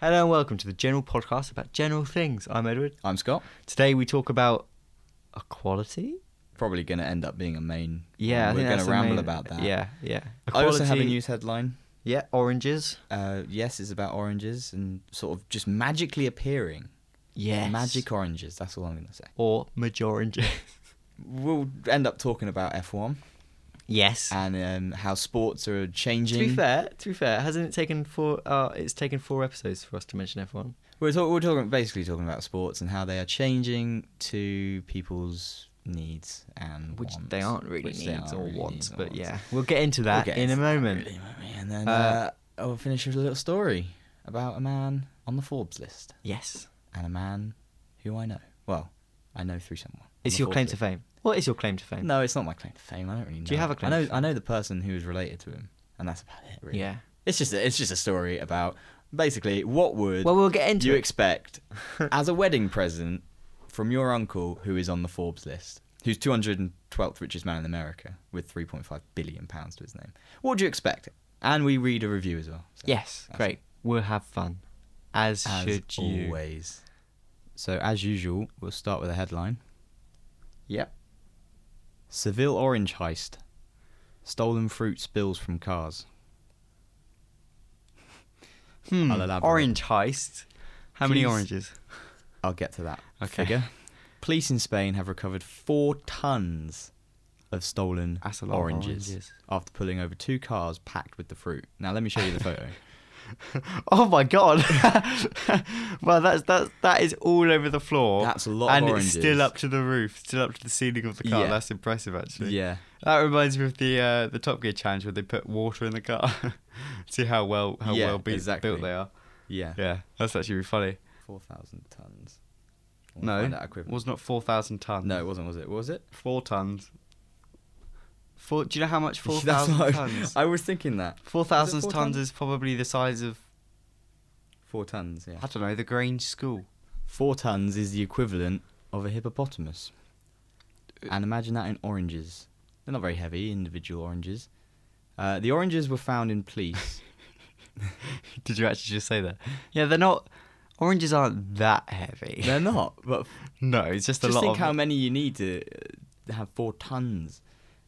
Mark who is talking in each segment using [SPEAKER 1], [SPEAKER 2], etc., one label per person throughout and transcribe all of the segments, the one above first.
[SPEAKER 1] Hello and welcome to the general podcast about general things. I'm Edward.
[SPEAKER 2] I'm Scott.
[SPEAKER 1] Today we talk about equality.
[SPEAKER 2] Probably going to end up being a main.
[SPEAKER 1] Yeah, I
[SPEAKER 2] we're
[SPEAKER 1] think
[SPEAKER 2] gonna
[SPEAKER 1] that's the
[SPEAKER 2] ramble
[SPEAKER 1] main-
[SPEAKER 2] about that.
[SPEAKER 1] Yeah, yeah.
[SPEAKER 2] I also have a
[SPEAKER 1] Equality-
[SPEAKER 2] news headline.
[SPEAKER 1] Yeah, oranges.
[SPEAKER 2] Uh, yes, it's about oranges and sort of just magically appearing.
[SPEAKER 1] Yes.
[SPEAKER 2] Magic oranges. That's all I'm going to say.
[SPEAKER 1] or majoranges.
[SPEAKER 2] We'll end up talking about F1
[SPEAKER 1] yes.
[SPEAKER 2] and um, how sports are
[SPEAKER 1] to
[SPEAKER 2] changing.
[SPEAKER 1] be fair, to be fair, hasn't it taken four? Uh, it's taken four episodes for us to mention F1.
[SPEAKER 2] We're, talk- we're talking basically talking about sports and how they are changing to people's needs and
[SPEAKER 1] which
[SPEAKER 2] wants.
[SPEAKER 1] they aren't really
[SPEAKER 2] Which they
[SPEAKER 1] needs
[SPEAKER 2] aren't
[SPEAKER 1] or
[SPEAKER 2] really
[SPEAKER 1] wants,
[SPEAKER 2] needs or
[SPEAKER 1] but
[SPEAKER 2] wants.
[SPEAKER 1] yeah, we'll get into that
[SPEAKER 2] We'll get
[SPEAKER 1] in a
[SPEAKER 2] into that
[SPEAKER 1] moment.
[SPEAKER 2] really, won't we? And then
[SPEAKER 1] Uh,
[SPEAKER 2] uh, I'll finish with a little story about a man on the Forbes list
[SPEAKER 1] Yes,
[SPEAKER 2] and a man who I know. Well, I know through someone. on
[SPEAKER 1] it's
[SPEAKER 2] the
[SPEAKER 1] your
[SPEAKER 2] Forbes
[SPEAKER 1] claim to
[SPEAKER 2] list.
[SPEAKER 1] fame. What is your claim to fame?
[SPEAKER 2] No, it's not my claim to fame. I don't really know.
[SPEAKER 1] Do you have a claim
[SPEAKER 2] I know,
[SPEAKER 1] to fame?
[SPEAKER 2] I know the person who is related to him, and that's about it. Really.
[SPEAKER 1] Yeah.
[SPEAKER 2] It's just a, it's just a story about basically what would
[SPEAKER 1] Well, we'll get into
[SPEAKER 2] you
[SPEAKER 1] it.
[SPEAKER 2] expect as a wedding present from your uncle who is on the Forbes list, who's 212th richest man in America with 3.5 billion pounds to his name. What would you expect? And we read a review as well. so
[SPEAKER 1] yes,
[SPEAKER 2] that's
[SPEAKER 1] great. We'll have fun, as,
[SPEAKER 2] As
[SPEAKER 1] should you.
[SPEAKER 2] always. So as usual, we'll start with a headline.
[SPEAKER 1] Yep.
[SPEAKER 2] Seville orange heist. Stolen fruit spills from cars.
[SPEAKER 1] Hmm.
[SPEAKER 2] I'll elaborate.
[SPEAKER 1] Orange heist. How many
[SPEAKER 2] Please.
[SPEAKER 1] oranges?
[SPEAKER 2] I'll get to that
[SPEAKER 1] Okay.
[SPEAKER 2] figure. Police in Spain have recovered four tons of stolen
[SPEAKER 1] That's a lot of
[SPEAKER 2] oranges,
[SPEAKER 1] oranges.
[SPEAKER 2] after pulling over two cars packed with the fruit. Now let me show you the photo.
[SPEAKER 1] Oh my god! well, that's that's that is all over the floor.
[SPEAKER 2] That's a lot of
[SPEAKER 1] and it's
[SPEAKER 2] oranges.
[SPEAKER 1] still up to the roof, still up to the ceiling of the car.
[SPEAKER 2] Yeah.
[SPEAKER 1] That's impressive, actually.
[SPEAKER 2] yeah,
[SPEAKER 1] That reminds me of the uh, the Top Gear challenge where they put water in the car. See how well how
[SPEAKER 2] Yeah,
[SPEAKER 1] well be-
[SPEAKER 2] exactly.
[SPEAKER 1] built they are.
[SPEAKER 2] yeah,
[SPEAKER 1] Yeah, that's actually really funny.
[SPEAKER 2] four thousand tons. We'll
[SPEAKER 1] No,
[SPEAKER 2] find out equivalent.
[SPEAKER 1] was not four thousand tons.
[SPEAKER 2] no, it wasn't. Was it? Was it?
[SPEAKER 1] four tons. Four. Do you know how much four
[SPEAKER 2] That's
[SPEAKER 1] thousand
[SPEAKER 2] what I-
[SPEAKER 1] tons?
[SPEAKER 2] I was thinking that
[SPEAKER 1] Four thousand
[SPEAKER 2] four
[SPEAKER 1] tons,
[SPEAKER 2] tons?
[SPEAKER 1] is probably the size of
[SPEAKER 2] four tons. Yeah,
[SPEAKER 1] I don't know the Grange School.
[SPEAKER 2] four tons is the equivalent of a hippopotamus. And imagine that in oranges. They're not very heavy, individual oranges. Uh, the oranges were found in police.
[SPEAKER 1] Did you actually just say that? Yeah, they're not. Oranges aren't that heavy.
[SPEAKER 2] They're not, but
[SPEAKER 1] no, it's just, a
[SPEAKER 2] Just
[SPEAKER 1] lot
[SPEAKER 2] think
[SPEAKER 1] of.
[SPEAKER 2] how many you need to uh, have four tons.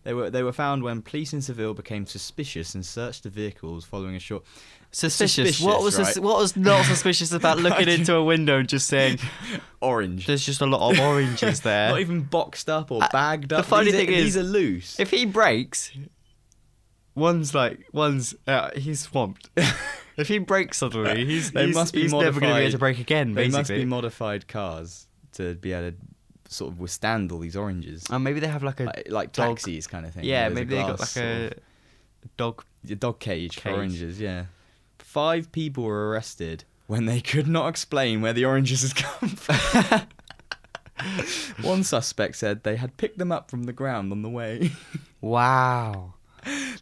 [SPEAKER 2] They were they were found when police in Seville became suspicious and searched the vehicles following a short.
[SPEAKER 1] suspicious.
[SPEAKER 2] suspicious,
[SPEAKER 1] What was sus-
[SPEAKER 2] right?
[SPEAKER 1] what was not suspicious about looking into a window and just saying
[SPEAKER 2] Orange.
[SPEAKER 1] there's just a lot of oranges there?
[SPEAKER 2] Not even boxed up or
[SPEAKER 1] Uh,
[SPEAKER 2] bagged
[SPEAKER 1] the
[SPEAKER 2] up.
[SPEAKER 1] funny
[SPEAKER 2] these are,
[SPEAKER 1] thing is-
[SPEAKER 2] these are loose.
[SPEAKER 1] If he breaks, one's like one's uh, he's swamped. if he breaks suddenly, he's
[SPEAKER 2] They
[SPEAKER 1] he's,
[SPEAKER 2] must be
[SPEAKER 1] he's never going to be able to
[SPEAKER 2] modified.
[SPEAKER 1] break again.
[SPEAKER 2] they
[SPEAKER 1] basically,
[SPEAKER 2] must be modified cars to be able to sort of withstand all these oranges,
[SPEAKER 1] and Oh, maybe they have like a
[SPEAKER 2] like, like
[SPEAKER 1] Uh, dog-
[SPEAKER 2] taxis kind of thing.
[SPEAKER 1] yeah,
[SPEAKER 2] where there's
[SPEAKER 1] maybe they got
[SPEAKER 2] glass
[SPEAKER 1] like a
[SPEAKER 2] sort of-
[SPEAKER 1] dog.
[SPEAKER 2] a dog cage, for
[SPEAKER 1] cage.
[SPEAKER 2] oranges. Yeah, five people were arrested when they could not explain where the oranges had come from. One suspect said they had picked them up from the ground on the way.
[SPEAKER 1] Wow,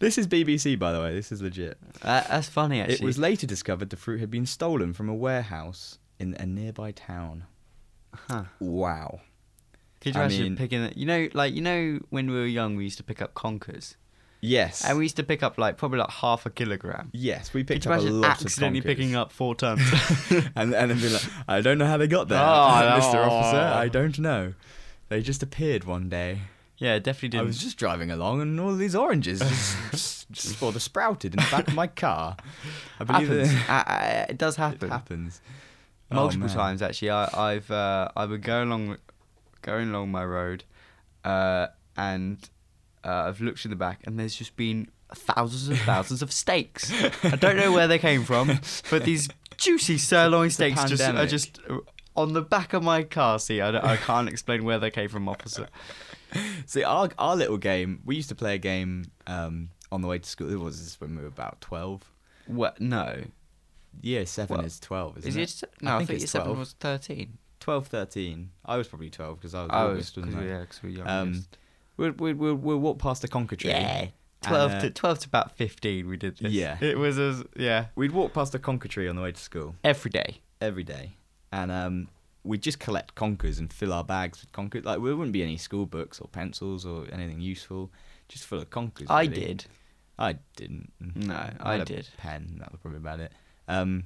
[SPEAKER 2] this is BBC, by the way. This is legit.
[SPEAKER 1] that, that's funny actually.
[SPEAKER 2] It was later discovered the fruit had been stolen from a warehouse in a nearby town.
[SPEAKER 1] Huh.
[SPEAKER 2] Wow.
[SPEAKER 1] Could you
[SPEAKER 2] I
[SPEAKER 1] imagine
[SPEAKER 2] mean-
[SPEAKER 1] picking it? You know, like you know, when we were young, we used to pick up conkers,
[SPEAKER 2] Yes.
[SPEAKER 1] and we used to pick up like probably like half a kilogram.
[SPEAKER 2] yes, we
[SPEAKER 1] Could
[SPEAKER 2] picked
[SPEAKER 1] you
[SPEAKER 2] up a
[SPEAKER 1] imagine
[SPEAKER 2] lot
[SPEAKER 1] accidentally
[SPEAKER 2] of conkers.
[SPEAKER 1] picking up four tons?
[SPEAKER 2] and and then be like, I don't know how they got there,
[SPEAKER 1] Oh,
[SPEAKER 2] Mr.
[SPEAKER 1] no.
[SPEAKER 2] Officer. I don't know. They just appeared one day.
[SPEAKER 1] yeah, definitely didn't.
[SPEAKER 2] I was just driving along, and all these oranges just, just, just sort of sprouted in the back of my car. I believe
[SPEAKER 1] happens.
[SPEAKER 2] it
[SPEAKER 1] Uh, uh, it does happen.
[SPEAKER 2] happens Oh,
[SPEAKER 1] multiple
[SPEAKER 2] man.
[SPEAKER 1] times actually. I, I've uh, I would go along, going along my road, uh, and uh, I've looked in the back, and there's just been thousands and thousands of steaks. I don't know where they came from, but these juicy sirloin
[SPEAKER 2] It's the
[SPEAKER 1] steaks just are
[SPEAKER 2] pandemic.
[SPEAKER 1] just uh, on the back of my car seat. I, don't- I can't explain where they came from, officer.
[SPEAKER 2] See, our our little game. We used to play a game um, on the way to school. It was this when we were about twelve.
[SPEAKER 1] What? No.
[SPEAKER 2] Yeah, seven
[SPEAKER 1] What?
[SPEAKER 2] is twelve, isn't
[SPEAKER 1] Is it? No, I, think, it's seven
[SPEAKER 2] 12.
[SPEAKER 1] was thirteen.
[SPEAKER 2] 12, 13. I was probably twelve because I was
[SPEAKER 1] Oh,
[SPEAKER 2] August, wasn't I?
[SPEAKER 1] yeah, because we're young.
[SPEAKER 2] Um, we'll, we'll, we'll, we'll walk past a conker tree.
[SPEAKER 1] Yeah. 12
[SPEAKER 2] And, uh,
[SPEAKER 1] to 12 to about 15 we did this.
[SPEAKER 2] Yeah.
[SPEAKER 1] It was as yeah,
[SPEAKER 2] We'd walk past a conker tree on the way to school
[SPEAKER 1] every day.
[SPEAKER 2] every day, and um, we'd just collect conkers and fill our bags with conkers. Like there wouldn't be any school books or pencils or anything useful, just full of conkers.
[SPEAKER 1] I
[SPEAKER 2] really.
[SPEAKER 1] did.
[SPEAKER 2] I didn't.
[SPEAKER 1] No,
[SPEAKER 2] had
[SPEAKER 1] I
[SPEAKER 2] a
[SPEAKER 1] did.
[SPEAKER 2] Pen. That was probably about it. Um,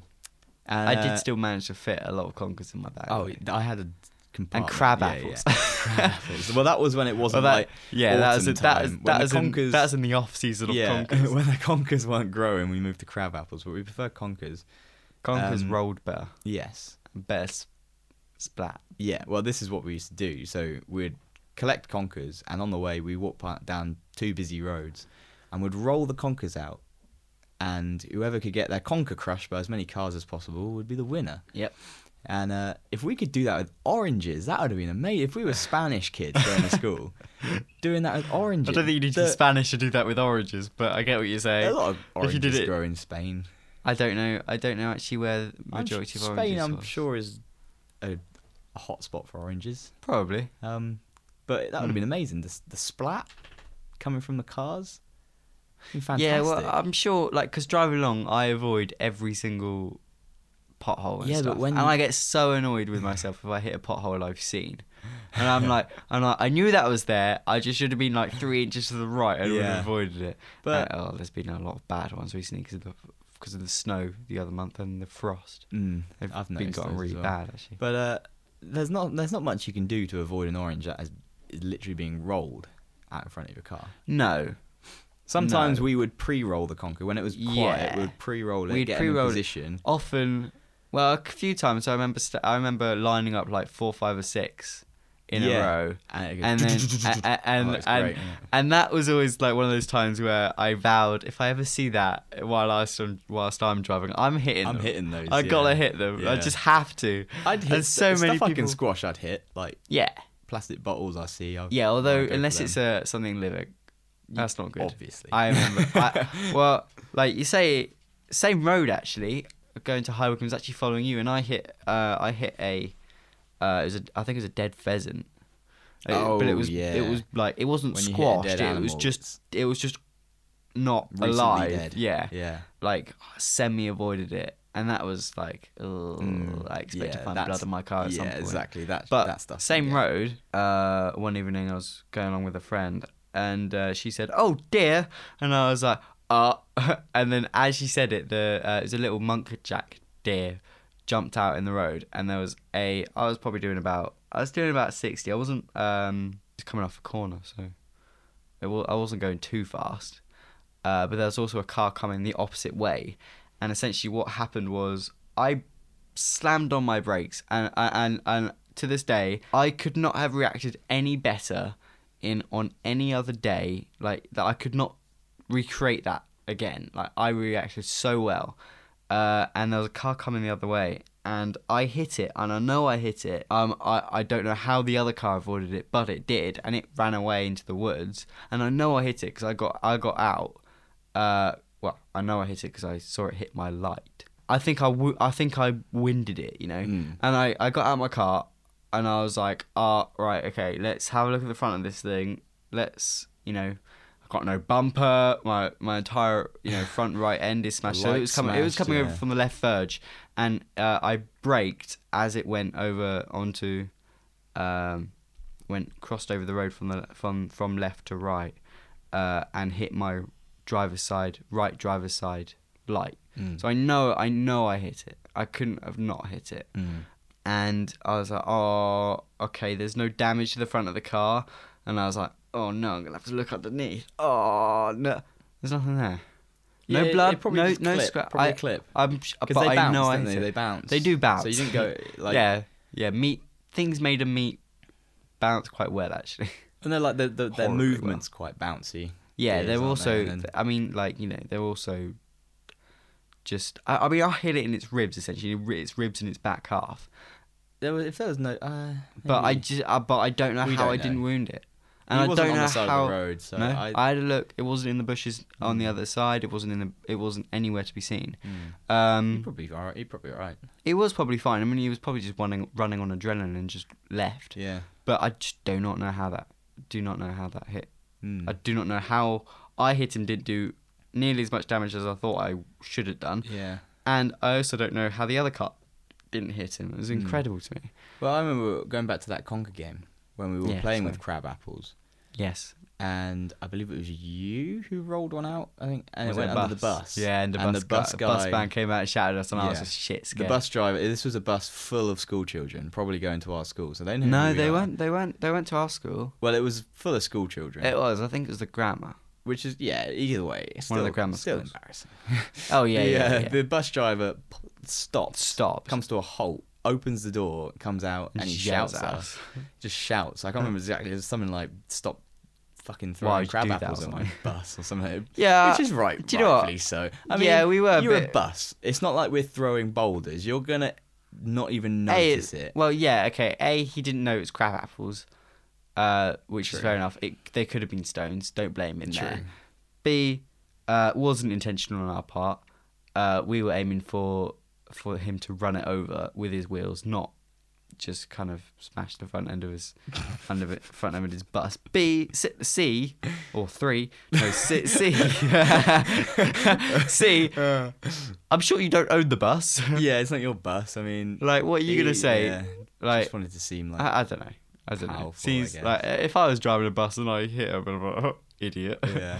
[SPEAKER 2] And,
[SPEAKER 1] I
[SPEAKER 2] uh,
[SPEAKER 1] did still manage to fit a lot of conkers in my bag.
[SPEAKER 2] Oh, I had a compartment.
[SPEAKER 1] crab
[SPEAKER 2] Yeah,
[SPEAKER 1] apples.
[SPEAKER 2] yeah. crab apples. Well, that was when it
[SPEAKER 1] Well,
[SPEAKER 2] wasn't
[SPEAKER 1] that,
[SPEAKER 2] like
[SPEAKER 1] yeah, that was
[SPEAKER 2] autumn
[SPEAKER 1] that was
[SPEAKER 2] time, when
[SPEAKER 1] that
[SPEAKER 2] the
[SPEAKER 1] was, in,
[SPEAKER 2] conkers-
[SPEAKER 1] that was in the off season of
[SPEAKER 2] yeah.
[SPEAKER 1] conkers.
[SPEAKER 2] when the conkers weren't growing, we moved to crab apples, but we prefer conkers.
[SPEAKER 1] Conkers
[SPEAKER 2] Um,
[SPEAKER 1] rolled better,
[SPEAKER 2] Yes.
[SPEAKER 1] better s- splat.
[SPEAKER 2] Yeah, well, this is what we used to do. So we'd collect conkers, and on the way, we walk pa- down two busy roads, and would roll the conkers out, and whoever could get their conker crushed by as many cars as possible would be the winner.
[SPEAKER 1] Yep.
[SPEAKER 2] And uh, if we could do that with oranges, that would have been amazing. If we were Spanish kids going to school, doing that with
[SPEAKER 1] I
[SPEAKER 2] oranges.
[SPEAKER 1] don't think you need to
[SPEAKER 2] The-
[SPEAKER 1] be Spanish to do that with oranges, but I get what you're
[SPEAKER 2] A
[SPEAKER 1] saying.
[SPEAKER 2] lot of
[SPEAKER 1] If you
[SPEAKER 2] oranges
[SPEAKER 1] did it-
[SPEAKER 2] grow in Spain.
[SPEAKER 1] I don't know. I don't know actually where the
[SPEAKER 2] I'm sh-
[SPEAKER 1] majority of
[SPEAKER 2] Spain,
[SPEAKER 1] oranges.
[SPEAKER 2] I'm
[SPEAKER 1] was.
[SPEAKER 2] sure, is a, a hot spot for oranges.
[SPEAKER 1] Probably.
[SPEAKER 2] Um, but
[SPEAKER 1] Hmm.
[SPEAKER 2] that would have been amazing. The, the splat coming from the cars. Been Fantastic.
[SPEAKER 1] Yeah, well, I'm sure. Like, because driving along, I avoid every single pothole. And
[SPEAKER 2] Yeah, but
[SPEAKER 1] stuff.
[SPEAKER 2] when
[SPEAKER 1] and
[SPEAKER 2] you-
[SPEAKER 1] I get so annoyed with myself if I hit a pothole I've seen, and I'm like, I'm like, I knew that was there. I just should have been like three inches to the right and would
[SPEAKER 2] Yeah.
[SPEAKER 1] have avoided it.
[SPEAKER 2] But-
[SPEAKER 1] But oh, there's been a lot of bad ones recently because of the because of the snow the other month and the frost.
[SPEAKER 2] Mm,
[SPEAKER 1] They've
[SPEAKER 2] I've
[SPEAKER 1] been
[SPEAKER 2] noticed
[SPEAKER 1] gotten
[SPEAKER 2] those
[SPEAKER 1] really
[SPEAKER 2] as well.
[SPEAKER 1] bad actually.
[SPEAKER 2] But uh, there's not there's not much you can do to avoid an orange that is is literally being rolled out in front of your car.
[SPEAKER 1] No,
[SPEAKER 2] Sometimes
[SPEAKER 1] No.
[SPEAKER 2] we would pre-roll the conker when it was quiet.
[SPEAKER 1] Yeah.
[SPEAKER 2] We'd pre-roll it,
[SPEAKER 1] We'd
[SPEAKER 2] get
[SPEAKER 1] pre-roll
[SPEAKER 2] in
[SPEAKER 1] it.
[SPEAKER 2] a position.
[SPEAKER 1] often well a few times i remember st- i remember lining up like four five or six in
[SPEAKER 2] Yeah.
[SPEAKER 1] a row
[SPEAKER 2] And, it
[SPEAKER 1] and
[SPEAKER 2] goes
[SPEAKER 1] then a- a- and
[SPEAKER 2] Oh, it's
[SPEAKER 1] and,
[SPEAKER 2] great, isn't it?
[SPEAKER 1] and that was always like one of those times where i vowed if i ever see that while i am whilst i'm driving i'm hitting
[SPEAKER 2] I'm
[SPEAKER 1] them.
[SPEAKER 2] hitting those.
[SPEAKER 1] i
[SPEAKER 2] yeah.
[SPEAKER 1] gotta hit them i
[SPEAKER 2] Yeah.
[SPEAKER 1] just have to
[SPEAKER 2] I'd hit
[SPEAKER 1] and so
[SPEAKER 2] st-
[SPEAKER 1] many
[SPEAKER 2] stuff I can
[SPEAKER 1] people-
[SPEAKER 2] squash. I'd hit like
[SPEAKER 1] yeah
[SPEAKER 2] plastic bottles. I see. I'll,
[SPEAKER 1] yeah
[SPEAKER 2] I'll
[SPEAKER 1] although
[SPEAKER 2] go for
[SPEAKER 1] unless
[SPEAKER 2] them.
[SPEAKER 1] it's a something lyric that's not good
[SPEAKER 2] Obviously.
[SPEAKER 1] I remember. I, well, like you say, same road actually. Going to High Wycombe was actually following you, and I hit. Uh, I hit a. Uh, it was a. I think it was a dead pheasant. It-
[SPEAKER 2] Oh,
[SPEAKER 1] but it was.
[SPEAKER 2] yeah.
[SPEAKER 1] It was like it wasn't
[SPEAKER 2] When you hit a dead
[SPEAKER 1] squashed. It was
[SPEAKER 2] animal,
[SPEAKER 1] just. It was just not
[SPEAKER 2] Recently
[SPEAKER 1] alive.
[SPEAKER 2] dead.
[SPEAKER 1] Yeah.
[SPEAKER 2] Yeah.
[SPEAKER 1] Like semi avoided it, and that was like. ugh, Mm, I expect
[SPEAKER 2] Mm, yeah,
[SPEAKER 1] to find
[SPEAKER 2] that's-
[SPEAKER 1] blood on my car at some
[SPEAKER 2] yeah,
[SPEAKER 1] point.
[SPEAKER 2] exactly. That
[SPEAKER 1] But
[SPEAKER 2] that stuff.
[SPEAKER 1] same
[SPEAKER 2] yeah.
[SPEAKER 1] road. Uh, one evening I was going along with a friend, and uh, she said, "Oh dear," and I was like, "Uh," and then as she said it, the uh, it was a little monkjack deer jumped out in the road, and there was a. I was probably doing about. I was doing about sixty. I wasn't um just coming off a corner, so it wa- I wasn't going too fast. Uh, but there was also a car coming the opposite way, and essentially what happened was I slammed on my brakes, and and and to this day I could not have reacted any better in on any other day. Like that, I could not recreate that again. Like I reacted so well, uh, and there was a car coming the other way, and I hit it, and I know I hit it. Um, I, I don't know how the other car avoided it, but it did, and it ran away into the woods. And I know I hit it because I got I got out. Uh, well, I know I hit it because I saw it hit my light. I think I wo- I think I winded it, you know.
[SPEAKER 2] Mm.
[SPEAKER 1] And I I got out of my car, and I was like, ah, right, okay, let's have a look at the front of this thing. Let's, you know. I've Got no bumper. My my entire you know front right end is smashed. So it
[SPEAKER 2] light
[SPEAKER 1] was coming. it was
[SPEAKER 2] smashed,
[SPEAKER 1] coming over
[SPEAKER 2] yeah.
[SPEAKER 1] from the left verge, and uh, I braked as it went over onto, um, went crossed over the road from the from from left to right, uh, and hit my driver's side right driver's side light.
[SPEAKER 2] Mm.
[SPEAKER 1] So I know I know I hit it. I couldn't have not hit it.
[SPEAKER 2] Mm.
[SPEAKER 1] And I was like, oh, okay. There's no damage to the front of the car, and I was like, oh no, I'm gonna have to look underneath. Oh no, there's nothing there. No
[SPEAKER 2] Yeah, it-
[SPEAKER 1] blood,
[SPEAKER 2] it probably
[SPEAKER 1] no
[SPEAKER 2] just
[SPEAKER 1] no
[SPEAKER 2] clip,
[SPEAKER 1] scrap.
[SPEAKER 2] probably
[SPEAKER 1] I,
[SPEAKER 2] clip.
[SPEAKER 1] I'm, sh- but
[SPEAKER 2] Because they
[SPEAKER 1] I
[SPEAKER 2] bounce,
[SPEAKER 1] know I
[SPEAKER 2] don't
[SPEAKER 1] hit
[SPEAKER 2] they?
[SPEAKER 1] it.
[SPEAKER 2] They bounce.
[SPEAKER 1] They do bounce.
[SPEAKER 2] So you didn't go like
[SPEAKER 1] yeah, yeah. Meat things made of meat bounce quite well actually.
[SPEAKER 2] And they're like the, the, their
[SPEAKER 1] Horribly
[SPEAKER 2] movements quite bouncy.
[SPEAKER 1] Yeah,
[SPEAKER 2] It
[SPEAKER 1] they're
[SPEAKER 2] is, aren't
[SPEAKER 1] also.
[SPEAKER 2] they? And then-
[SPEAKER 1] I mean, like you know, they're also just. I, I mean, I hit it in its ribs essentially, ri- its ribs and its back half.
[SPEAKER 2] there was, if there was no, uh,
[SPEAKER 1] But I
[SPEAKER 2] maybe-
[SPEAKER 1] just, uh, but I don't know
[SPEAKER 2] We
[SPEAKER 1] how
[SPEAKER 2] don't
[SPEAKER 1] I
[SPEAKER 2] know.
[SPEAKER 1] didn't wound it,
[SPEAKER 2] He
[SPEAKER 1] and I
[SPEAKER 2] wasn't
[SPEAKER 1] don't
[SPEAKER 2] on
[SPEAKER 1] know
[SPEAKER 2] the side
[SPEAKER 1] how.
[SPEAKER 2] of the road, so
[SPEAKER 1] no,
[SPEAKER 2] I, Hmm.
[SPEAKER 1] I, had a look. It wasn't in the bushes on the other side. It wasn't in the. It wasn't anywhere to be seen.
[SPEAKER 2] you
[SPEAKER 1] Um,
[SPEAKER 2] Mm. probably are. You're probably right.
[SPEAKER 1] it was probably fine. I mean, he was probably just running, running on adrenaline and just left.
[SPEAKER 2] Yeah.
[SPEAKER 1] But I just do not know how that. Do not know how that hit
[SPEAKER 2] Mm.
[SPEAKER 1] I do not know how I hit him didn't do nearly as much damage as I thought I should have done.
[SPEAKER 2] yeah.
[SPEAKER 1] And I also don't know how the other cut didn't hit him. It was
[SPEAKER 2] Hmm.
[SPEAKER 1] incredible to me.
[SPEAKER 2] Well, I remember going back to that conker game when we were
[SPEAKER 1] Yeah,
[SPEAKER 2] playing
[SPEAKER 1] so-
[SPEAKER 2] with crab apples,
[SPEAKER 1] Yes.
[SPEAKER 2] and I believe it was you who rolled one out. I think, and
[SPEAKER 1] Was
[SPEAKER 2] it
[SPEAKER 1] it
[SPEAKER 2] went
[SPEAKER 1] a
[SPEAKER 2] under the bus.
[SPEAKER 1] Yeah, and the bus, guy,
[SPEAKER 2] bus guy.
[SPEAKER 1] bus man came out and shouted at us, and I was
[SPEAKER 2] Yeah.
[SPEAKER 1] just shit
[SPEAKER 2] the
[SPEAKER 1] scared.
[SPEAKER 2] bus driver. This was a bus full of school children, probably going to our school, so they know.
[SPEAKER 1] no,
[SPEAKER 2] who we
[SPEAKER 1] they
[SPEAKER 2] are.
[SPEAKER 1] weren't. They weren't. They went to our school.
[SPEAKER 2] Well, it was full of school children,
[SPEAKER 1] It was. I think it was the grammar.
[SPEAKER 2] which is yeah. Either way, it's
[SPEAKER 1] One of the
[SPEAKER 2] still-
[SPEAKER 1] grammar
[SPEAKER 2] Still
[SPEAKER 1] schools.
[SPEAKER 2] embarrassing.
[SPEAKER 1] Oh yeah,
[SPEAKER 2] the,
[SPEAKER 1] yeah.
[SPEAKER 2] uh,
[SPEAKER 1] yeah,
[SPEAKER 2] The bus driver p- stops,
[SPEAKER 1] Stops.
[SPEAKER 2] comes to a halt, opens the door, comes out, and he
[SPEAKER 1] Yells
[SPEAKER 2] shouts
[SPEAKER 1] at
[SPEAKER 2] at
[SPEAKER 1] us.
[SPEAKER 2] us. Just shouts. I can't remember exactly. It was something like "Stop
[SPEAKER 1] Why
[SPEAKER 2] fucking throwing
[SPEAKER 1] would you
[SPEAKER 2] crab
[SPEAKER 1] do that
[SPEAKER 2] apples
[SPEAKER 1] or
[SPEAKER 2] at my
[SPEAKER 1] something?"
[SPEAKER 2] bus" or something.
[SPEAKER 1] Yeah,
[SPEAKER 2] which is right.
[SPEAKER 1] do you know what?
[SPEAKER 2] rightfully So I mean,
[SPEAKER 1] Yeah, we were a
[SPEAKER 2] You're a
[SPEAKER 1] bit-
[SPEAKER 2] bus. It's not like we're throwing boulders. You're gonna not even
[SPEAKER 1] A,
[SPEAKER 2] notice it.
[SPEAKER 1] Well, yeah, okay. A, he didn't know it was crab apples, uh, which
[SPEAKER 2] True.
[SPEAKER 1] is fair enough. It, they could have been stones. Don't blame him
[SPEAKER 2] True.
[SPEAKER 1] there. B, uh, wasn't intentional on our part. Uh, we were aiming for for him to run it over with his wheels, not just kind of smash the front end of his front of it, front end of his bus. B, C, C or three? No, C, C, C. I'm sure you don't own the bus.
[SPEAKER 2] Yeah, it's not your bus. I mean,
[SPEAKER 1] like, what are you gonna
[SPEAKER 2] he-
[SPEAKER 1] say?
[SPEAKER 2] E, yeah,
[SPEAKER 1] Like,
[SPEAKER 2] just wanted to seem like
[SPEAKER 1] I, I don't know. I don't know.
[SPEAKER 2] Powerful, I
[SPEAKER 1] Seems
[SPEAKER 2] guess.
[SPEAKER 1] like if I was driving a bus and I hit him, I'm like, oh, idiot.
[SPEAKER 2] yeah.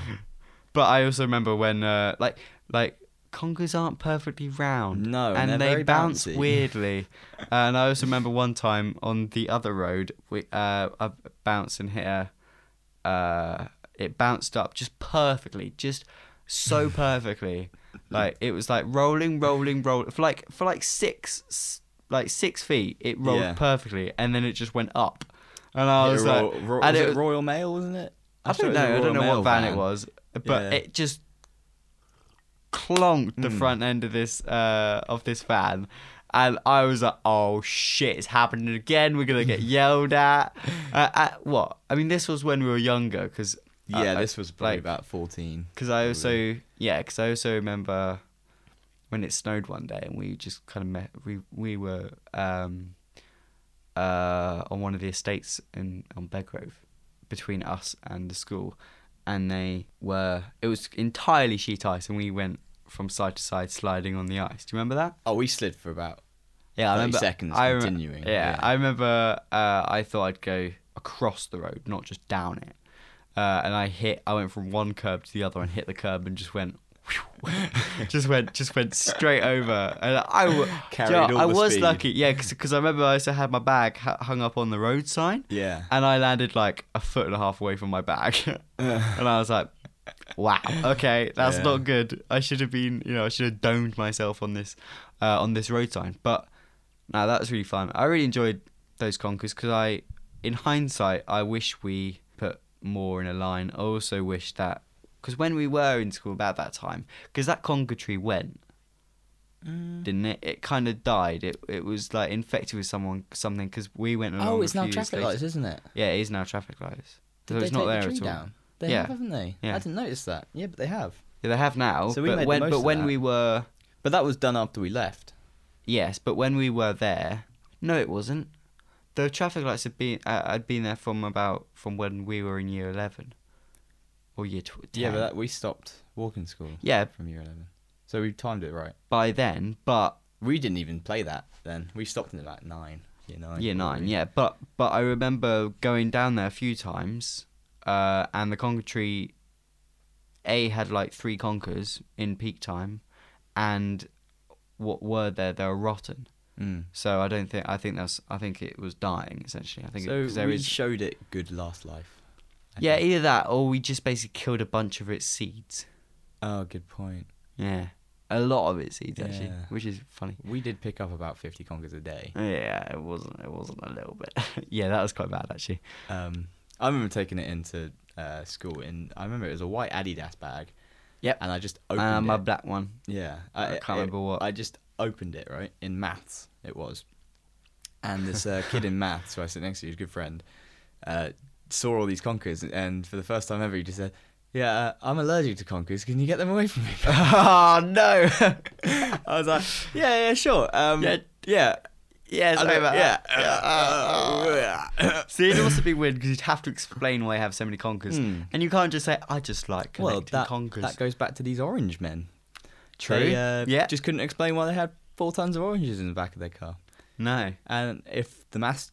[SPEAKER 1] but I also remember when uh, like like congas aren't perfectly round.
[SPEAKER 2] No,
[SPEAKER 1] and,
[SPEAKER 2] and they're
[SPEAKER 1] they
[SPEAKER 2] very
[SPEAKER 1] bounce
[SPEAKER 2] bouncy.
[SPEAKER 1] weirdly. and I also remember one time on the other road, we uh, I bounced and hit a. Uh, it bounced up just perfectly, just so perfectly. Like it was like rolling, rolling, roll for like for like six, s- like six feet. It rolled
[SPEAKER 2] Yeah.
[SPEAKER 1] perfectly, and then it just went up. And I was
[SPEAKER 2] Royal,
[SPEAKER 1] like,
[SPEAKER 2] Ro-
[SPEAKER 1] and
[SPEAKER 2] was
[SPEAKER 1] it
[SPEAKER 2] it
[SPEAKER 1] was-
[SPEAKER 2] Royal Mail, wasn't it?
[SPEAKER 1] I
[SPEAKER 2] swear
[SPEAKER 1] don't
[SPEAKER 2] it was a
[SPEAKER 1] know. I
[SPEAKER 2] Royal
[SPEAKER 1] don't know
[SPEAKER 2] Mail
[SPEAKER 1] what van, it was, but
[SPEAKER 2] Yeah. Hmm.
[SPEAKER 1] it just clonked the front end of this uh, of this van, and I was like, "Oh shit, it's happening again. We're gonna get yelled at." Uh, at what? I mean, this was when we were younger, uh, because
[SPEAKER 2] Yeah, this was probably
[SPEAKER 1] like-
[SPEAKER 2] about 14.
[SPEAKER 1] because I also yeah, because I also remember when it snowed one day and we just kind of met. We we were um, uh, on one of the estates in on Bedgrove between us and the school, and they were it was entirely sheet ice, and we went from side to side sliding on the ice. Do you remember that?
[SPEAKER 2] Oh, we slid for about.
[SPEAKER 1] Yeah,
[SPEAKER 2] 30
[SPEAKER 1] I remember.
[SPEAKER 2] seconds
[SPEAKER 1] I rem-
[SPEAKER 2] continuing,
[SPEAKER 1] Yeah,
[SPEAKER 2] yeah.
[SPEAKER 1] I remember. Uh, I thought I'd go across the road, not just down it. Uh, and I hit. I went from one curb to the other and hit the curb and just went. just went, just went straight over, and I, w- do you
[SPEAKER 2] Carried
[SPEAKER 1] know,
[SPEAKER 2] all
[SPEAKER 1] I
[SPEAKER 2] the
[SPEAKER 1] was
[SPEAKER 2] speed.
[SPEAKER 1] lucky, yeah, because I remember I also had my bag hu- hung up on the road sign,
[SPEAKER 2] Yeah.
[SPEAKER 1] and I landed like a foot and a half away from my bag, and I was like, "Wow, okay, that's
[SPEAKER 2] Yeah.
[SPEAKER 1] not good. I should have been, you know, I should have domed myself on this, uh, on this road sign." But no, that was really fun. I really enjoyed those conquers because I, in hindsight, I wish we put more in a line. I also wish that because when we were in school about that time, because that conquer tree went,
[SPEAKER 2] Mm.
[SPEAKER 1] didn't it? It kind of died. It it was like infected with someone something because we went along.
[SPEAKER 2] Oh,
[SPEAKER 1] a
[SPEAKER 2] it's now
[SPEAKER 1] few years
[SPEAKER 2] traffic
[SPEAKER 1] later.
[SPEAKER 2] lights, isn't it?
[SPEAKER 1] Yeah, it is now traffic lights.
[SPEAKER 2] Did
[SPEAKER 1] so
[SPEAKER 2] they
[SPEAKER 1] it's not
[SPEAKER 2] take
[SPEAKER 1] there
[SPEAKER 2] the tree
[SPEAKER 1] at all.
[SPEAKER 2] down? They
[SPEAKER 1] Yeah.
[SPEAKER 2] have, haven't they?
[SPEAKER 1] Yeah.
[SPEAKER 2] I didn't notice that. Yeah, but they have.
[SPEAKER 1] Yeah, they have now.
[SPEAKER 2] So we
[SPEAKER 1] but
[SPEAKER 2] made the
[SPEAKER 1] when
[SPEAKER 2] most
[SPEAKER 1] but
[SPEAKER 2] of
[SPEAKER 1] when
[SPEAKER 2] that.
[SPEAKER 1] we were
[SPEAKER 2] But that was done after we left.
[SPEAKER 1] yes, but when we were there, no, it wasn't. The traffic lights had been uh, had been there from about from when we were in year eleven, or year tw- ten.
[SPEAKER 2] Yeah, but that, we stopped walking school
[SPEAKER 1] yeah,
[SPEAKER 2] from year 11. So we timed it right.
[SPEAKER 1] by then, but
[SPEAKER 2] We didn't even play that then. We stopped at about nine. Year nine.
[SPEAKER 1] year nine,
[SPEAKER 2] probably.
[SPEAKER 1] yeah. But but I remember going down there a few times, uh, and the conker tree, a had like three conkers in peak time, and what were there? They were rotten.
[SPEAKER 2] Mm.
[SPEAKER 1] So I don't think I think that's I think it was dying essentially. I think it,
[SPEAKER 2] So
[SPEAKER 1] 'cause there
[SPEAKER 2] we
[SPEAKER 1] is
[SPEAKER 2] showed it good last life. I
[SPEAKER 1] yeah
[SPEAKER 2] think.
[SPEAKER 1] either that or we just basically killed a bunch of its seeds.
[SPEAKER 2] Oh, good point.
[SPEAKER 1] Yeah, a lot of its seeds actually,
[SPEAKER 2] Yeah.
[SPEAKER 1] which is funny.
[SPEAKER 2] We did pick up about 50 conkers a day.
[SPEAKER 1] Yeah, it wasn't it wasn't a little bit. yeah, that was quite bad actually.
[SPEAKER 2] Um, I remember taking it into uh, school, and I remember it was a white Adidas bag.
[SPEAKER 1] Yep.
[SPEAKER 2] And I just opened
[SPEAKER 1] And Uh, my
[SPEAKER 2] it.
[SPEAKER 1] black one.
[SPEAKER 2] yeah.
[SPEAKER 1] I can't remember what.
[SPEAKER 2] I just opened it, right? In maths, it was. And this uh, kid in maths, who I sit next to, who's a good friend, uh, saw all these conkers, and for the first time ever, he just said, yeah, uh, I'm allergic to conkers. Can you get them away from me?
[SPEAKER 1] oh no!
[SPEAKER 2] I was like, yeah, yeah, sure. Um, yeah,
[SPEAKER 1] Yeah. yeah,
[SPEAKER 2] I
[SPEAKER 1] sorry
[SPEAKER 2] don't-
[SPEAKER 1] about
[SPEAKER 2] yeah.
[SPEAKER 1] that. See, it must be weird because you'd have to explain why you have so many conkers,
[SPEAKER 2] Hmm.
[SPEAKER 1] and you can't just say I just like
[SPEAKER 2] well,
[SPEAKER 1] collecting
[SPEAKER 2] that,
[SPEAKER 1] conkers.
[SPEAKER 2] that goes back to these orange men.
[SPEAKER 1] True.
[SPEAKER 2] They, uh,
[SPEAKER 1] yeah.
[SPEAKER 2] Just couldn't explain why they had four tons of oranges in the back of their car.
[SPEAKER 1] no.
[SPEAKER 2] And if the maths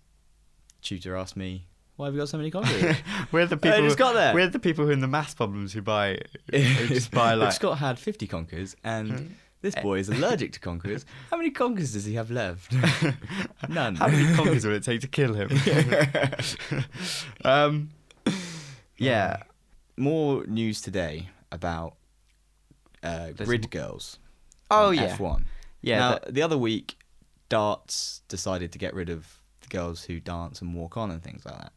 [SPEAKER 2] tutor asked me Why have you got so many copies?
[SPEAKER 1] we're the
[SPEAKER 2] Oh,
[SPEAKER 1] people.
[SPEAKER 2] it just got there.
[SPEAKER 1] We're the people who in the math problems who buy, who just buy
[SPEAKER 2] Look,
[SPEAKER 1] like.
[SPEAKER 2] Scott had 50 conkers,
[SPEAKER 1] Hmm.
[SPEAKER 2] and this boy is allergic to conkers. How many conkers does he have left? None.
[SPEAKER 1] How many copies will it take to kill him? um, yeah,
[SPEAKER 2] More news today about uh, grid girls.
[SPEAKER 1] Oh,
[SPEAKER 2] on
[SPEAKER 1] yeah.
[SPEAKER 2] F1.
[SPEAKER 1] yeah.
[SPEAKER 2] now,
[SPEAKER 1] that-
[SPEAKER 2] the other week, darts decided to get rid of the girls who dance and walk on and things like that.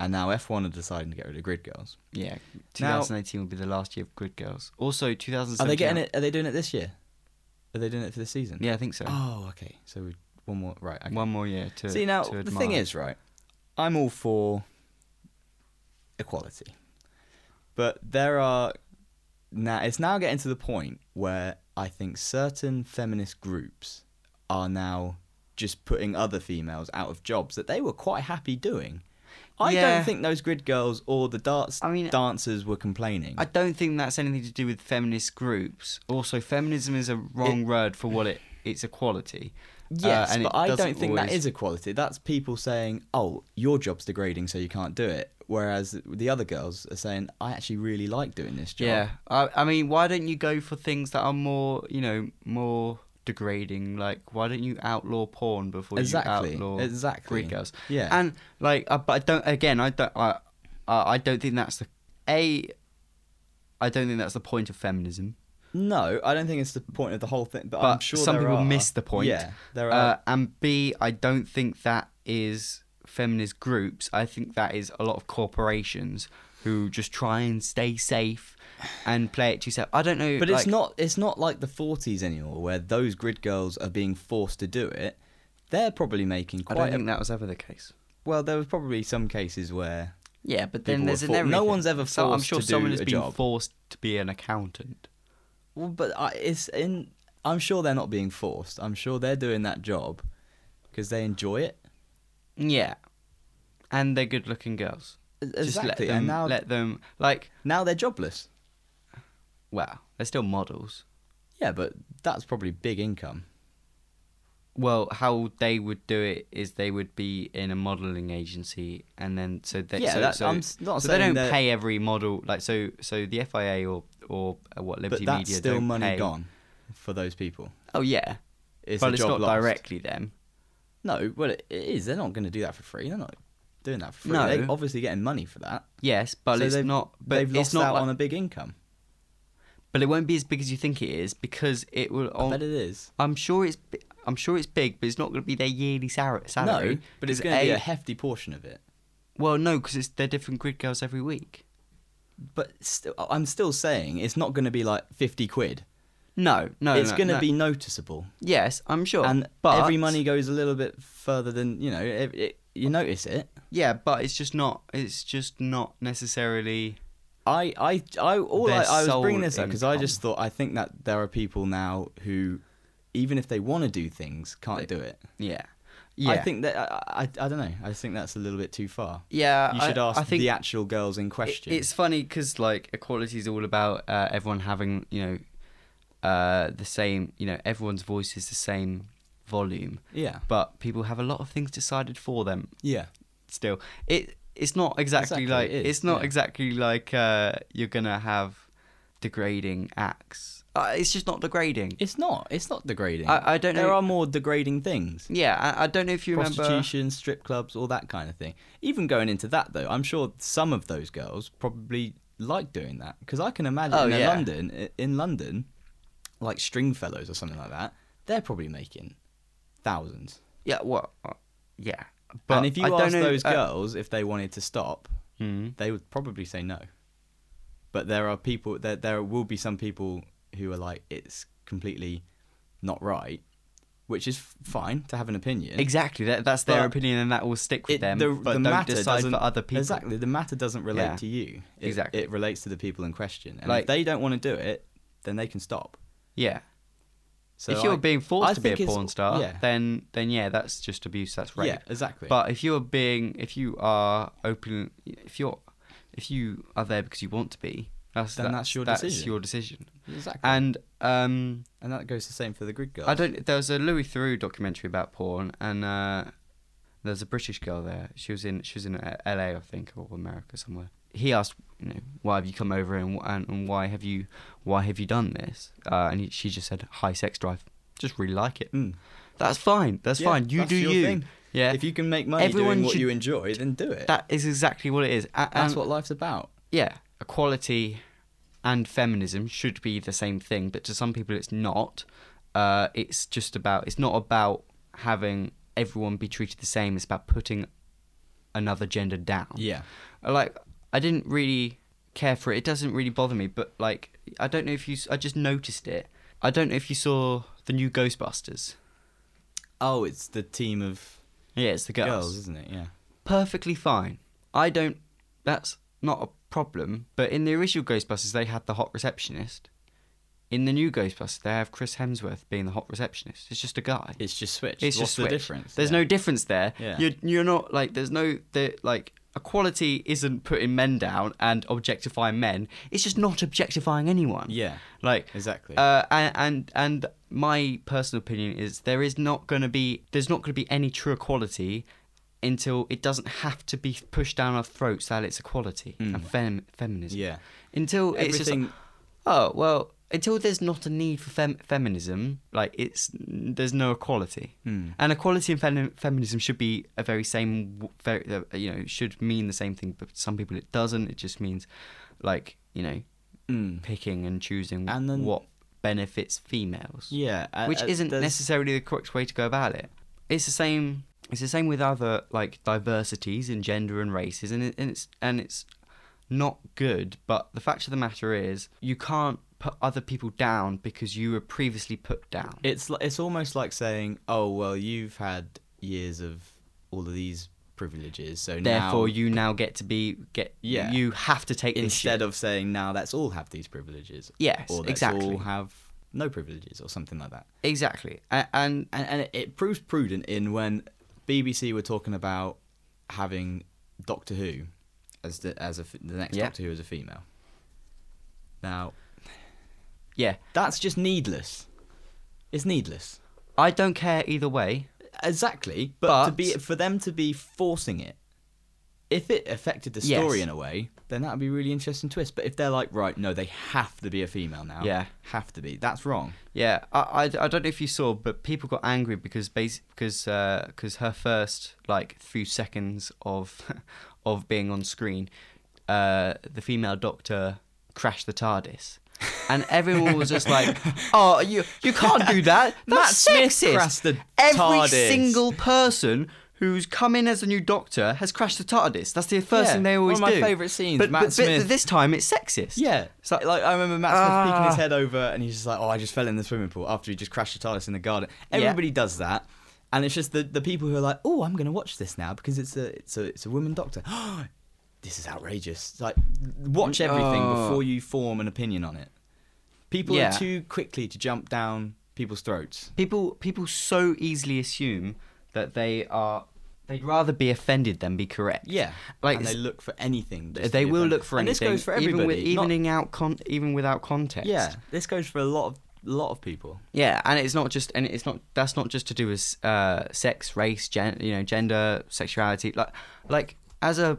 [SPEAKER 2] And now F1 are deciding to get rid of grid girls.
[SPEAKER 1] yeah.
[SPEAKER 2] Now-
[SPEAKER 1] 2018 will be the last year of Good Girls. Also, 2017.
[SPEAKER 2] Are they getting it? Are they doing it this year? Are they doing it for this season?
[SPEAKER 1] Yeah, I think so.
[SPEAKER 2] Oh, okay. So we- one more. Right. Okay.
[SPEAKER 1] One more year to
[SPEAKER 2] See now,
[SPEAKER 1] to
[SPEAKER 2] the thing
[SPEAKER 1] admire.
[SPEAKER 2] is, right? I'm all for equality, but there are now. It's now getting to the point where I think certain feminist groups are now just putting other females out of jobs that they were quite happy doing. I
[SPEAKER 1] Yeah.
[SPEAKER 2] don't think those grid girls or the darts
[SPEAKER 1] I mean-
[SPEAKER 2] dancers were complaining.
[SPEAKER 1] I don't think that's anything to do with feminist groups. Also, feminism is a wrong word for what it. It's equality.
[SPEAKER 2] Yes,
[SPEAKER 1] Uh, and
[SPEAKER 2] but
[SPEAKER 1] it
[SPEAKER 2] I
[SPEAKER 1] doesn't
[SPEAKER 2] don't think that
[SPEAKER 1] always-
[SPEAKER 2] is equality. That's people saying, "Oh, your job's degrading, so you can't do it." Whereas the other girls are saying, "I actually really like doing this job."
[SPEAKER 1] Yeah, I, I mean, why don't you go for things that are more, you know, more degrading? Like, why don't you outlaw porn before
[SPEAKER 2] exactly,
[SPEAKER 1] you outlaw
[SPEAKER 2] exactly.
[SPEAKER 1] Greek girls?
[SPEAKER 2] Yeah,
[SPEAKER 1] And like, uh, but I don't. Again, I don't. I, I I don't think that's the a. I don't think that's the point of feminism.
[SPEAKER 2] no, I don't think it's the point of the whole thing. But,
[SPEAKER 1] But
[SPEAKER 2] I'm sure
[SPEAKER 1] some
[SPEAKER 2] there
[SPEAKER 1] people
[SPEAKER 2] are.
[SPEAKER 1] miss the point.
[SPEAKER 2] Yeah, there are.
[SPEAKER 1] Uh, and B, I don't think that is feminist groups. I think that is a lot of corporations who just try and stay safe and play it to yourself. I don't know,
[SPEAKER 2] but
[SPEAKER 1] like,
[SPEAKER 2] it's not. It's not like the 40s anymore, where those grid girls are being forced to do it. They're probably making
[SPEAKER 1] I
[SPEAKER 2] quite.
[SPEAKER 1] don't
[SPEAKER 2] a-
[SPEAKER 1] think that was ever the case.
[SPEAKER 2] well, there was probably some cases where
[SPEAKER 1] Yeah, but
[SPEAKER 2] People
[SPEAKER 1] then
[SPEAKER 2] were
[SPEAKER 1] there's an
[SPEAKER 2] for-
[SPEAKER 1] everything.
[SPEAKER 2] no one's ever
[SPEAKER 1] So I'm
[SPEAKER 2] forced
[SPEAKER 1] sure
[SPEAKER 2] to do
[SPEAKER 1] someone has
[SPEAKER 2] a
[SPEAKER 1] been
[SPEAKER 2] job.
[SPEAKER 1] forced to be an accountant.
[SPEAKER 2] Well, but I, it's in. I'm sure they're not being forced. I'm sure they're doing that job because they enjoy it.
[SPEAKER 1] Yeah, and they're good-looking girls. Just let
[SPEAKER 2] Exactly.
[SPEAKER 1] them,
[SPEAKER 2] and now,
[SPEAKER 1] let them like.
[SPEAKER 2] now they're jobless.
[SPEAKER 1] Well, they're still models.
[SPEAKER 2] Yeah, but that's probably big income.
[SPEAKER 1] Well, how they would do it is they would be in a modeling agency, and then so they
[SPEAKER 2] Yeah,
[SPEAKER 1] so,
[SPEAKER 2] that-
[SPEAKER 1] so-
[SPEAKER 2] I'm s- not
[SPEAKER 1] so they
[SPEAKER 2] saying
[SPEAKER 1] don't
[SPEAKER 2] that-
[SPEAKER 1] pay every model like so so the FIA or or uh, what Liberty
[SPEAKER 2] but that's
[SPEAKER 1] Media
[SPEAKER 2] still
[SPEAKER 1] don't
[SPEAKER 2] money
[SPEAKER 1] pay.
[SPEAKER 2] gone for those people.
[SPEAKER 1] Oh yeah,
[SPEAKER 2] It's
[SPEAKER 1] but
[SPEAKER 2] a
[SPEAKER 1] it's
[SPEAKER 2] job
[SPEAKER 1] not
[SPEAKER 2] lost.
[SPEAKER 1] directly them.
[SPEAKER 2] No, well, it it is. They're not going to do that for free. They're not doing that for free.
[SPEAKER 1] No.
[SPEAKER 2] They're obviously getting money for that.
[SPEAKER 1] Yes, but
[SPEAKER 2] So
[SPEAKER 1] it's
[SPEAKER 2] they've-
[SPEAKER 1] not. But
[SPEAKER 2] They've
[SPEAKER 1] it's
[SPEAKER 2] lost
[SPEAKER 1] not
[SPEAKER 2] out
[SPEAKER 1] like-
[SPEAKER 2] on a big income.
[SPEAKER 1] but it won't be as big as you think it is because it will.
[SPEAKER 2] I
[SPEAKER 1] on-
[SPEAKER 2] bet it is.
[SPEAKER 1] I'm sure it's. bi- I'm sure it's big, but it's not going to be their yearly sal- salary.
[SPEAKER 2] No, but it's
[SPEAKER 1] 'cause
[SPEAKER 2] going to be a hefty portion of it.
[SPEAKER 1] Well, no, because it's they're different grid girls every week.
[SPEAKER 2] But still, I'm still saying it's not going to be like 50 quid.
[SPEAKER 1] No, no,
[SPEAKER 2] it's
[SPEAKER 1] no,
[SPEAKER 2] going to
[SPEAKER 1] no.
[SPEAKER 2] be noticeable.
[SPEAKER 1] Yes, I'm sure.
[SPEAKER 2] and
[SPEAKER 1] but
[SPEAKER 2] every money goes a little bit further than you know. It, it, you notice it.
[SPEAKER 1] Yeah, but it's just not. It's just not necessarily.
[SPEAKER 2] I, I, I, all I,
[SPEAKER 1] Their
[SPEAKER 2] I was
[SPEAKER 1] sole
[SPEAKER 2] bringing this up because I
[SPEAKER 1] income.
[SPEAKER 2] just thought I think that there are people now who, even if they want to do things, can't do it.
[SPEAKER 1] Yeah, yeah.
[SPEAKER 2] I think that I, I, I don't know. I just think that's a little bit too far.
[SPEAKER 1] Yeah,
[SPEAKER 2] you should
[SPEAKER 1] I,
[SPEAKER 2] ask
[SPEAKER 1] I think
[SPEAKER 2] the actual girls in question.
[SPEAKER 1] It's funny because like equality is all about uh, everyone having you know, uh, the same. You know, everyone's voice is the same volume,
[SPEAKER 2] yeah,
[SPEAKER 1] but people have a lot of things decided for them.
[SPEAKER 2] yeah.
[SPEAKER 1] still it it's not exactly,
[SPEAKER 2] Exactly,
[SPEAKER 1] like
[SPEAKER 2] it is,
[SPEAKER 1] it's not
[SPEAKER 2] yeah.
[SPEAKER 1] exactly like uh you're gonna have degrading acts uh, it's just not degrading
[SPEAKER 2] It's not. It's not degrading.
[SPEAKER 1] I- I don't
[SPEAKER 2] There
[SPEAKER 1] know-
[SPEAKER 2] are more degrading things.
[SPEAKER 1] yeah I, I don't know if you remember
[SPEAKER 2] Prostitution, strip clubs, all that kind of thing. Even going into that though, I'm sure some of those girls probably like doing that because I can imagine
[SPEAKER 1] Oh,
[SPEAKER 2] in
[SPEAKER 1] yeah.
[SPEAKER 2] London, i- in London, like Stringfellows or something like that, they're probably making thousands.
[SPEAKER 1] yeah what yeah but
[SPEAKER 2] and if you
[SPEAKER 1] I don't
[SPEAKER 2] ask
[SPEAKER 1] know,
[SPEAKER 2] those
[SPEAKER 1] uh,
[SPEAKER 2] girls if they wanted to stop,
[SPEAKER 1] hmm.
[SPEAKER 2] they would probably say no. But there are people there there will be some people who are like it's completely not right, which is f- fine to have an opinion.
[SPEAKER 1] exactly that that's their
[SPEAKER 2] But
[SPEAKER 1] opinion and that will stick with
[SPEAKER 2] It-
[SPEAKER 1] them but don't decide
[SPEAKER 2] doesn't-
[SPEAKER 1] for other people
[SPEAKER 2] Exactly, the matter doesn't relate
[SPEAKER 1] Yeah.
[SPEAKER 2] to you. It,
[SPEAKER 1] Exactly.
[SPEAKER 2] it relates to the people in question. And
[SPEAKER 1] Like-
[SPEAKER 2] if they don't want to do it, then they can stop.
[SPEAKER 1] yeah
[SPEAKER 2] So
[SPEAKER 1] if you're
[SPEAKER 2] I-
[SPEAKER 1] being forced
[SPEAKER 2] I
[SPEAKER 1] to be a
[SPEAKER 2] think it's-
[SPEAKER 1] porn star
[SPEAKER 2] yeah.
[SPEAKER 1] then then yeah that's just abuse that's rape
[SPEAKER 2] yeah, exactly.
[SPEAKER 1] But if you're being, if you are open, if you're, if you are there because you want to be, that's
[SPEAKER 2] Then that's your decision.
[SPEAKER 1] your decision.
[SPEAKER 2] exactly, and,
[SPEAKER 1] And um,
[SPEAKER 2] that goes the same for the grid girl.
[SPEAKER 1] I don't. There was a Louis Theroux documentary about porn, and uh, There's a British girl there. She was in she was in uh, L.A. I think or America somewhere. He asked, you know, why have you come over and wh- and, and why have you why have you done this? Uh, and he, she just said, high sex drive. Just really like it.
[SPEAKER 2] Mm.
[SPEAKER 1] That's fine. That's
[SPEAKER 2] Yeah,
[SPEAKER 1] fine. You
[SPEAKER 2] that's
[SPEAKER 1] do
[SPEAKER 2] your
[SPEAKER 1] you.
[SPEAKER 2] thing.
[SPEAKER 1] Yeah.
[SPEAKER 2] If you can make money
[SPEAKER 1] Everyone
[SPEAKER 2] doing what
[SPEAKER 1] should-
[SPEAKER 2] you enjoy, then do it.
[SPEAKER 1] that um, is exactly what it is. A-
[SPEAKER 2] That's
[SPEAKER 1] and-
[SPEAKER 2] what life's about.
[SPEAKER 1] yeah, equality and feminism should be the same thing, but to some people it's not. Uh, it's just about it's not about having everyone be treated the same. It's about putting another gender down. Uh,
[SPEAKER 2] Yeah.
[SPEAKER 1] Like I didn't really care for it. It doesn't really bother me. But like I don't know if you. s- I just noticed it. I don't know if you saw the new Ghostbusters.
[SPEAKER 2] Oh, it's the team of
[SPEAKER 1] Yeah, it's the
[SPEAKER 2] girls,
[SPEAKER 1] girls.
[SPEAKER 2] isn't it? Yeah.
[SPEAKER 1] perfectly fine. I don't. That's not a problem. But in the original Ghostbusters, they had the hot receptionist. In the new Ghostbusters, they have Chris Hemsworth being the hot receptionist. It's just a guy.
[SPEAKER 2] It's just switched.
[SPEAKER 1] It's
[SPEAKER 2] What's
[SPEAKER 1] just
[SPEAKER 2] the
[SPEAKER 1] switched.
[SPEAKER 2] difference?
[SPEAKER 1] There's
[SPEAKER 2] Yeah.
[SPEAKER 1] no difference there.
[SPEAKER 2] Yeah.
[SPEAKER 1] You're you're not like there's no there like equality isn't putting men down and objectifying men. It's just not objectifying anyone.
[SPEAKER 2] Yeah.
[SPEAKER 1] Like
[SPEAKER 2] Exactly.
[SPEAKER 1] uh, and, and and my personal opinion is there is not going to be there's not going to be any true equality until it doesn't have to be pushed down our throats that it's equality
[SPEAKER 2] Mm.
[SPEAKER 1] and fem- feminism.
[SPEAKER 2] yeah.
[SPEAKER 1] Until it's just like,
[SPEAKER 2] Everything-
[SPEAKER 1] oh well until there's not a need for fem- feminism like it's there's no equality.
[SPEAKER 2] Mm.
[SPEAKER 1] And equality and fem- feminism should be a very same, w- very, uh, you know, should mean the same thing. But for some people, it doesn't. It just means, like, you know,
[SPEAKER 2] Mm.
[SPEAKER 1] picking and choosing
[SPEAKER 2] And then-
[SPEAKER 1] what benefits females,
[SPEAKER 2] Yeah. uh,
[SPEAKER 1] which
[SPEAKER 2] uh,
[SPEAKER 1] isn't
[SPEAKER 2] there's-
[SPEAKER 1] necessarily the correct way to go about it. It's the same. It's the same with other like diversities in gender and races, and, it, and it's and it's not good. But the fact of the matter is, you can't put other people down because you were previously put down.
[SPEAKER 2] It's li- it's almost like saying, oh well, you've had years of all of these privileges, so
[SPEAKER 1] Therefore,
[SPEAKER 2] now,
[SPEAKER 1] you now get to be get.
[SPEAKER 2] Yeah.
[SPEAKER 1] You have to take this shit.
[SPEAKER 2] instead of saying now let's all have these privileges,
[SPEAKER 1] Yes,
[SPEAKER 2] or let's
[SPEAKER 1] exactly.
[SPEAKER 2] all have no privileges or something like that.
[SPEAKER 1] exactly, and, and
[SPEAKER 2] and, and it, it proves prudent in when BBC were talking about having Doctor Who as the as a f- the next
[SPEAKER 1] Yeah.
[SPEAKER 2] Doctor Who as a female. Now
[SPEAKER 1] yeah,
[SPEAKER 2] that's just needless. It's needless.
[SPEAKER 1] I don't care either way.
[SPEAKER 2] Exactly, but, to
[SPEAKER 1] But-
[SPEAKER 2] be for them to be forcing it, if it affected the
[SPEAKER 1] Yes.
[SPEAKER 2] story in a way, then that would be a really interesting twist. But if they're like, right, no, they have to be a female now.
[SPEAKER 1] Yeah.
[SPEAKER 2] have to be. That's wrong.
[SPEAKER 1] Yeah, I, I, I don't know if you saw, but people got angry because bas- because because her first like few seconds of of being on screen, uh, the female doctor crashed the TARDIS, and everyone was just like, "Oh, you you can't do that. That's
[SPEAKER 2] Matt Smith
[SPEAKER 1] sexist."
[SPEAKER 2] crashed the
[SPEAKER 1] Every
[SPEAKER 2] TARDIS.
[SPEAKER 1] single person. Who's come in as a new doctor has crashed the TARDIS. That's the first
[SPEAKER 2] Yeah,
[SPEAKER 1] thing they
[SPEAKER 2] one
[SPEAKER 1] always
[SPEAKER 2] of my
[SPEAKER 1] do.
[SPEAKER 2] favourite scenes,
[SPEAKER 1] But,
[SPEAKER 2] Matt
[SPEAKER 1] but- but
[SPEAKER 2] Smith.
[SPEAKER 1] this time it's sexist.
[SPEAKER 2] Yeah.
[SPEAKER 1] So-
[SPEAKER 2] like, like I remember Matt Smith peeking his
[SPEAKER 1] Ah.
[SPEAKER 2] head over and he's just like, Oh, I just fell in the swimming pool after he just crashed the TARDIS in the garden.
[SPEAKER 1] Yeah.
[SPEAKER 2] Everybody does that. And it's just the, the people who are like, Oh, I'm gonna watch this now because it's a it's a it's a woman doctor. this is outrageous. Like watch everything
[SPEAKER 1] Oh.
[SPEAKER 2] before you form an opinion on it. People
[SPEAKER 1] Yeah.
[SPEAKER 2] are too quickly to jump down people's throats.
[SPEAKER 1] people people so easily assume that they are they'd rather be offended than be correct.
[SPEAKER 2] Yeah.
[SPEAKER 1] Like
[SPEAKER 2] and they look for anything. just to
[SPEAKER 1] they
[SPEAKER 2] be
[SPEAKER 1] will
[SPEAKER 2] offended.
[SPEAKER 1] look for
[SPEAKER 2] and
[SPEAKER 1] anything.
[SPEAKER 2] This goes for
[SPEAKER 1] even
[SPEAKER 2] everybody.
[SPEAKER 1] with, even
[SPEAKER 2] not-
[SPEAKER 1] in out con- even without context.
[SPEAKER 2] yeah. This goes for a lot of lot of people.
[SPEAKER 1] Yeah, and it's not just and it's not that's not just to do with uh, sex, race, gen- you know, gender, sexuality. Like like as a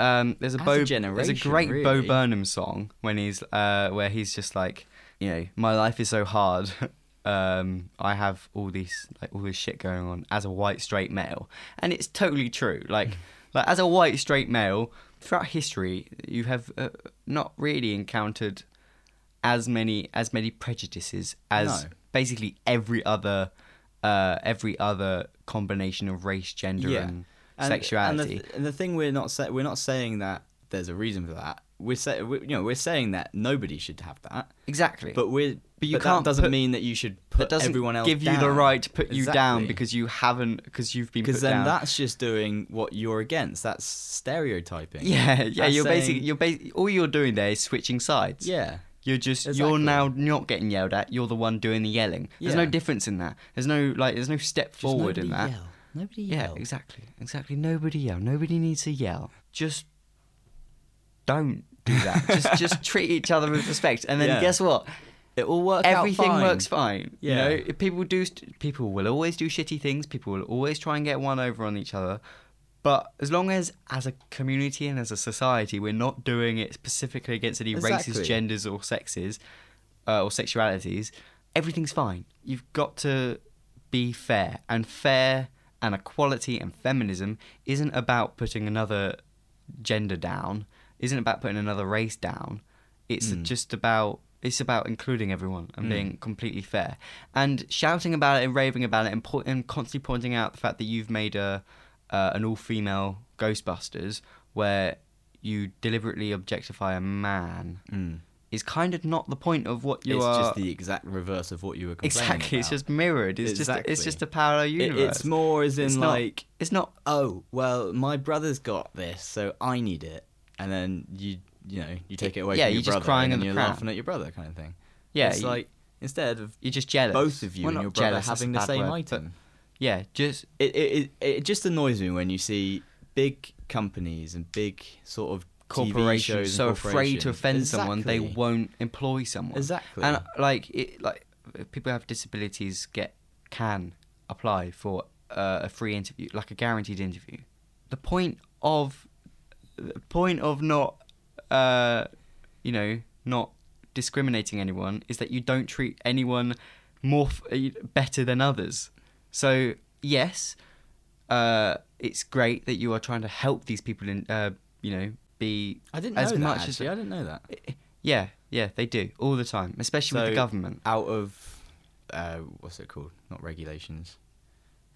[SPEAKER 1] um, there's a
[SPEAKER 2] As a
[SPEAKER 1] Bo there's a
[SPEAKER 2] generation,
[SPEAKER 1] great Bo
[SPEAKER 2] really.
[SPEAKER 1] Burnham song when he's uh, where he's just like you know my life is so hard. Um, I have all these like all this shit going on as a white straight male, and it's totally true.
[SPEAKER 2] Mm.
[SPEAKER 1] Like like as a white straight male throughout history, you have uh, not really encountered as many as many prejudices as
[SPEAKER 2] No.
[SPEAKER 1] basically every other uh, every other combination of race, gender, and, sexuality.
[SPEAKER 2] And the, th- and the thing we're not sa- we're not saying that there's a reason for that. We're say- we, you know we're saying that nobody should have that,
[SPEAKER 1] exactly,
[SPEAKER 2] but we're but,
[SPEAKER 1] But you
[SPEAKER 2] that
[SPEAKER 1] can't
[SPEAKER 2] doesn't
[SPEAKER 1] put-
[SPEAKER 2] mean that you should
[SPEAKER 1] that
[SPEAKER 2] put
[SPEAKER 1] doesn't
[SPEAKER 2] everyone else
[SPEAKER 1] give you the
[SPEAKER 2] down.
[SPEAKER 1] right to put you down
[SPEAKER 2] Exactly.
[SPEAKER 1] because you haven't because you've been put
[SPEAKER 2] because then
[SPEAKER 1] down.
[SPEAKER 2] that's just doing what you're against. That's stereotyping.
[SPEAKER 1] yeah, yeah.
[SPEAKER 2] That's
[SPEAKER 1] You're basically
[SPEAKER 2] saying-
[SPEAKER 1] you're basi- all you're doing there is switching sides.
[SPEAKER 2] yeah.
[SPEAKER 1] You're just you're
[SPEAKER 2] Exactly.
[SPEAKER 1] now not getting yelled at. You're the one doing the yelling. There's no
[SPEAKER 2] Yeah.
[SPEAKER 1] difference in that. There's no like there's no step
[SPEAKER 2] Just
[SPEAKER 1] forward in that.
[SPEAKER 2] nobody Yell. Nobody
[SPEAKER 1] Yeah,
[SPEAKER 2] yell.
[SPEAKER 1] exactly. Exactly. Nobody yell. Nobody needs to yell. Just don't do that. just just treat each other with respect. And then
[SPEAKER 2] Yeah.
[SPEAKER 1] guess what?
[SPEAKER 2] It will work out
[SPEAKER 1] Everything
[SPEAKER 2] fine.
[SPEAKER 1] works fine.
[SPEAKER 2] Yeah.
[SPEAKER 1] You know, If people do st- people will always do shitty things. People will always try and get one over on each other. But as long as, as a community and as a society, we're not doing it specifically against any
[SPEAKER 2] Exactly.
[SPEAKER 1] races, genders, or sexes, uh, or sexualities, everything's fine. You've got to be fair, and fair and equality and feminism isn't about putting another gender down, isn't about putting another race down. It's
[SPEAKER 2] Mm.
[SPEAKER 1] just about it's about including everyone and being completely fair. And shouting about it and raving about it and, po- and constantly pointing out the fact that you've made a uh, an all female Ghostbusters where you deliberately objectify a man
[SPEAKER 2] Mm.
[SPEAKER 1] is kind of not the point of what you
[SPEAKER 2] it's
[SPEAKER 1] are.
[SPEAKER 2] just the exact reverse of what you were complaining
[SPEAKER 1] exactly, it's
[SPEAKER 2] about.
[SPEAKER 1] just mirrored. It's just it's
[SPEAKER 2] Exactly.
[SPEAKER 1] just a parallel
[SPEAKER 2] It-
[SPEAKER 1] universe.
[SPEAKER 2] it's more as in
[SPEAKER 1] It's not-
[SPEAKER 2] like
[SPEAKER 1] it's not
[SPEAKER 2] oh well my brother's got this so i need it and then you you know you take it away
[SPEAKER 1] Yeah,
[SPEAKER 2] from your
[SPEAKER 1] you're just
[SPEAKER 2] brother
[SPEAKER 1] crying
[SPEAKER 2] and
[SPEAKER 1] in
[SPEAKER 2] then
[SPEAKER 1] the
[SPEAKER 2] you're
[SPEAKER 1] crowd.
[SPEAKER 2] laughing at your brother kind of thing
[SPEAKER 1] yeah.
[SPEAKER 2] it's
[SPEAKER 1] you,
[SPEAKER 2] like instead of
[SPEAKER 1] you're just jealous.
[SPEAKER 2] both of you
[SPEAKER 1] Well,
[SPEAKER 2] and
[SPEAKER 1] not
[SPEAKER 2] your brother
[SPEAKER 1] jealous, that's
[SPEAKER 2] having
[SPEAKER 1] a bad
[SPEAKER 2] the same
[SPEAKER 1] word,
[SPEAKER 2] item
[SPEAKER 1] but yeah, just
[SPEAKER 2] it, it it it just annoys me when you see big companies and big sort of TV
[SPEAKER 1] corporations
[SPEAKER 2] shows
[SPEAKER 1] so
[SPEAKER 2] and
[SPEAKER 1] afraid to
[SPEAKER 2] corporations-
[SPEAKER 1] offend someone they
[SPEAKER 2] Exactly.
[SPEAKER 1] won't employ someone.
[SPEAKER 2] exactly
[SPEAKER 1] And like it, like people who have disabilities get can apply for uh, a free interview, like a guaranteed interview. The point of the point of not, uh, you know, not discriminating anyone is that you don't treat anyone more f- uh, better than others. So yes, uh, it's great that you are trying to help these people in, uh, you know, be
[SPEAKER 2] i didn't know
[SPEAKER 1] as
[SPEAKER 2] that
[SPEAKER 1] much as
[SPEAKER 2] actually. i didn't know that
[SPEAKER 1] yeah, yeah, they do all the time, especially with
[SPEAKER 2] So-
[SPEAKER 1] the government.
[SPEAKER 2] out of uh what's it called not regulations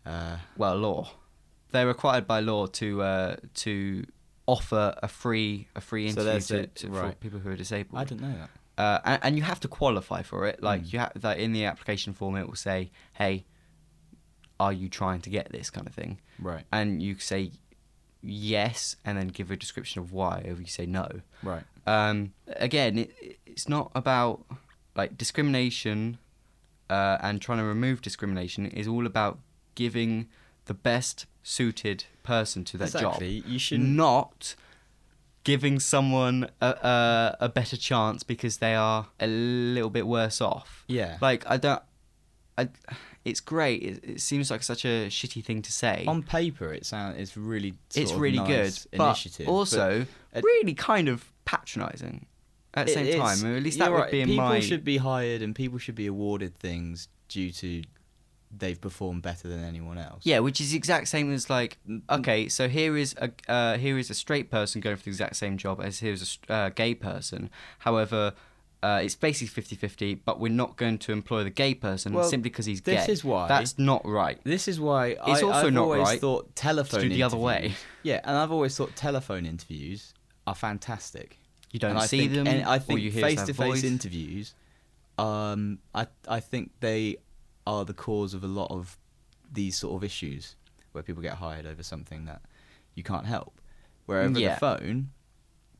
[SPEAKER 2] uh
[SPEAKER 1] Well, law. They're required by law to uh, to offer a free a free
[SPEAKER 2] So
[SPEAKER 1] interview
[SPEAKER 2] there's
[SPEAKER 1] to,
[SPEAKER 2] a-
[SPEAKER 1] to, for
[SPEAKER 2] right.
[SPEAKER 1] people who are disabled.
[SPEAKER 2] i didn't know that
[SPEAKER 1] uh, and, and you have to qualify for it. Like
[SPEAKER 2] Mm.
[SPEAKER 1] you have like in the application form, it will say, "Hey, are you trying to get this kind of thing?"
[SPEAKER 2] right
[SPEAKER 1] And you say yes, and then give a description of why. Or you say no.
[SPEAKER 2] right
[SPEAKER 1] um, again, it, it's not about like discrimination uh, and trying to remove discrimination. It's all about giving the best suited person to that job,
[SPEAKER 2] exactly you shouldn't
[SPEAKER 1] not giving someone a, a, a better chance because they are a little bit worse off.
[SPEAKER 2] yeah
[SPEAKER 1] Like I don't, I, it's great. It, it seems like such a shitty thing to say.
[SPEAKER 2] on paper it sounds it's really sort
[SPEAKER 1] it's
[SPEAKER 2] of
[SPEAKER 1] really
[SPEAKER 2] nice
[SPEAKER 1] good,
[SPEAKER 2] initiative
[SPEAKER 1] but also
[SPEAKER 2] at-
[SPEAKER 1] really kind of patronising at the
[SPEAKER 2] It-
[SPEAKER 1] same
[SPEAKER 2] it's-
[SPEAKER 1] time. At least
[SPEAKER 2] you're
[SPEAKER 1] that would
[SPEAKER 2] right,
[SPEAKER 1] be in
[SPEAKER 2] people
[SPEAKER 1] my
[SPEAKER 2] should be hired and people should be awarded things due to they've performed better than anyone else
[SPEAKER 1] yeah, which is the exact same as like
[SPEAKER 2] N-
[SPEAKER 1] okay, so here is a uh, here is a straight person going for the exact same job as here's a st- uh, gay person. However. Uh, it's basically 50-50, but we're not going to employ the gay person
[SPEAKER 2] Well,
[SPEAKER 1] simply because he's
[SPEAKER 2] this
[SPEAKER 1] gay.
[SPEAKER 2] is why-
[SPEAKER 1] That's not right.
[SPEAKER 2] this is why it's I,
[SPEAKER 1] also
[SPEAKER 2] I've
[SPEAKER 1] not
[SPEAKER 2] always
[SPEAKER 1] right
[SPEAKER 2] thought telephone
[SPEAKER 1] do the other way.
[SPEAKER 2] interviews- yeah and I've always thought telephone interviews are fantastic
[SPEAKER 1] You don't
[SPEAKER 2] and I
[SPEAKER 1] see
[SPEAKER 2] think,
[SPEAKER 1] them,
[SPEAKER 2] and I think
[SPEAKER 1] or you hear
[SPEAKER 2] face
[SPEAKER 1] their
[SPEAKER 2] to face
[SPEAKER 1] voice.
[SPEAKER 2] interviews um I I think they are the cause of a lot of these sort of issues where people get hired over something that you can't help where over
[SPEAKER 1] Yeah.
[SPEAKER 2] the phone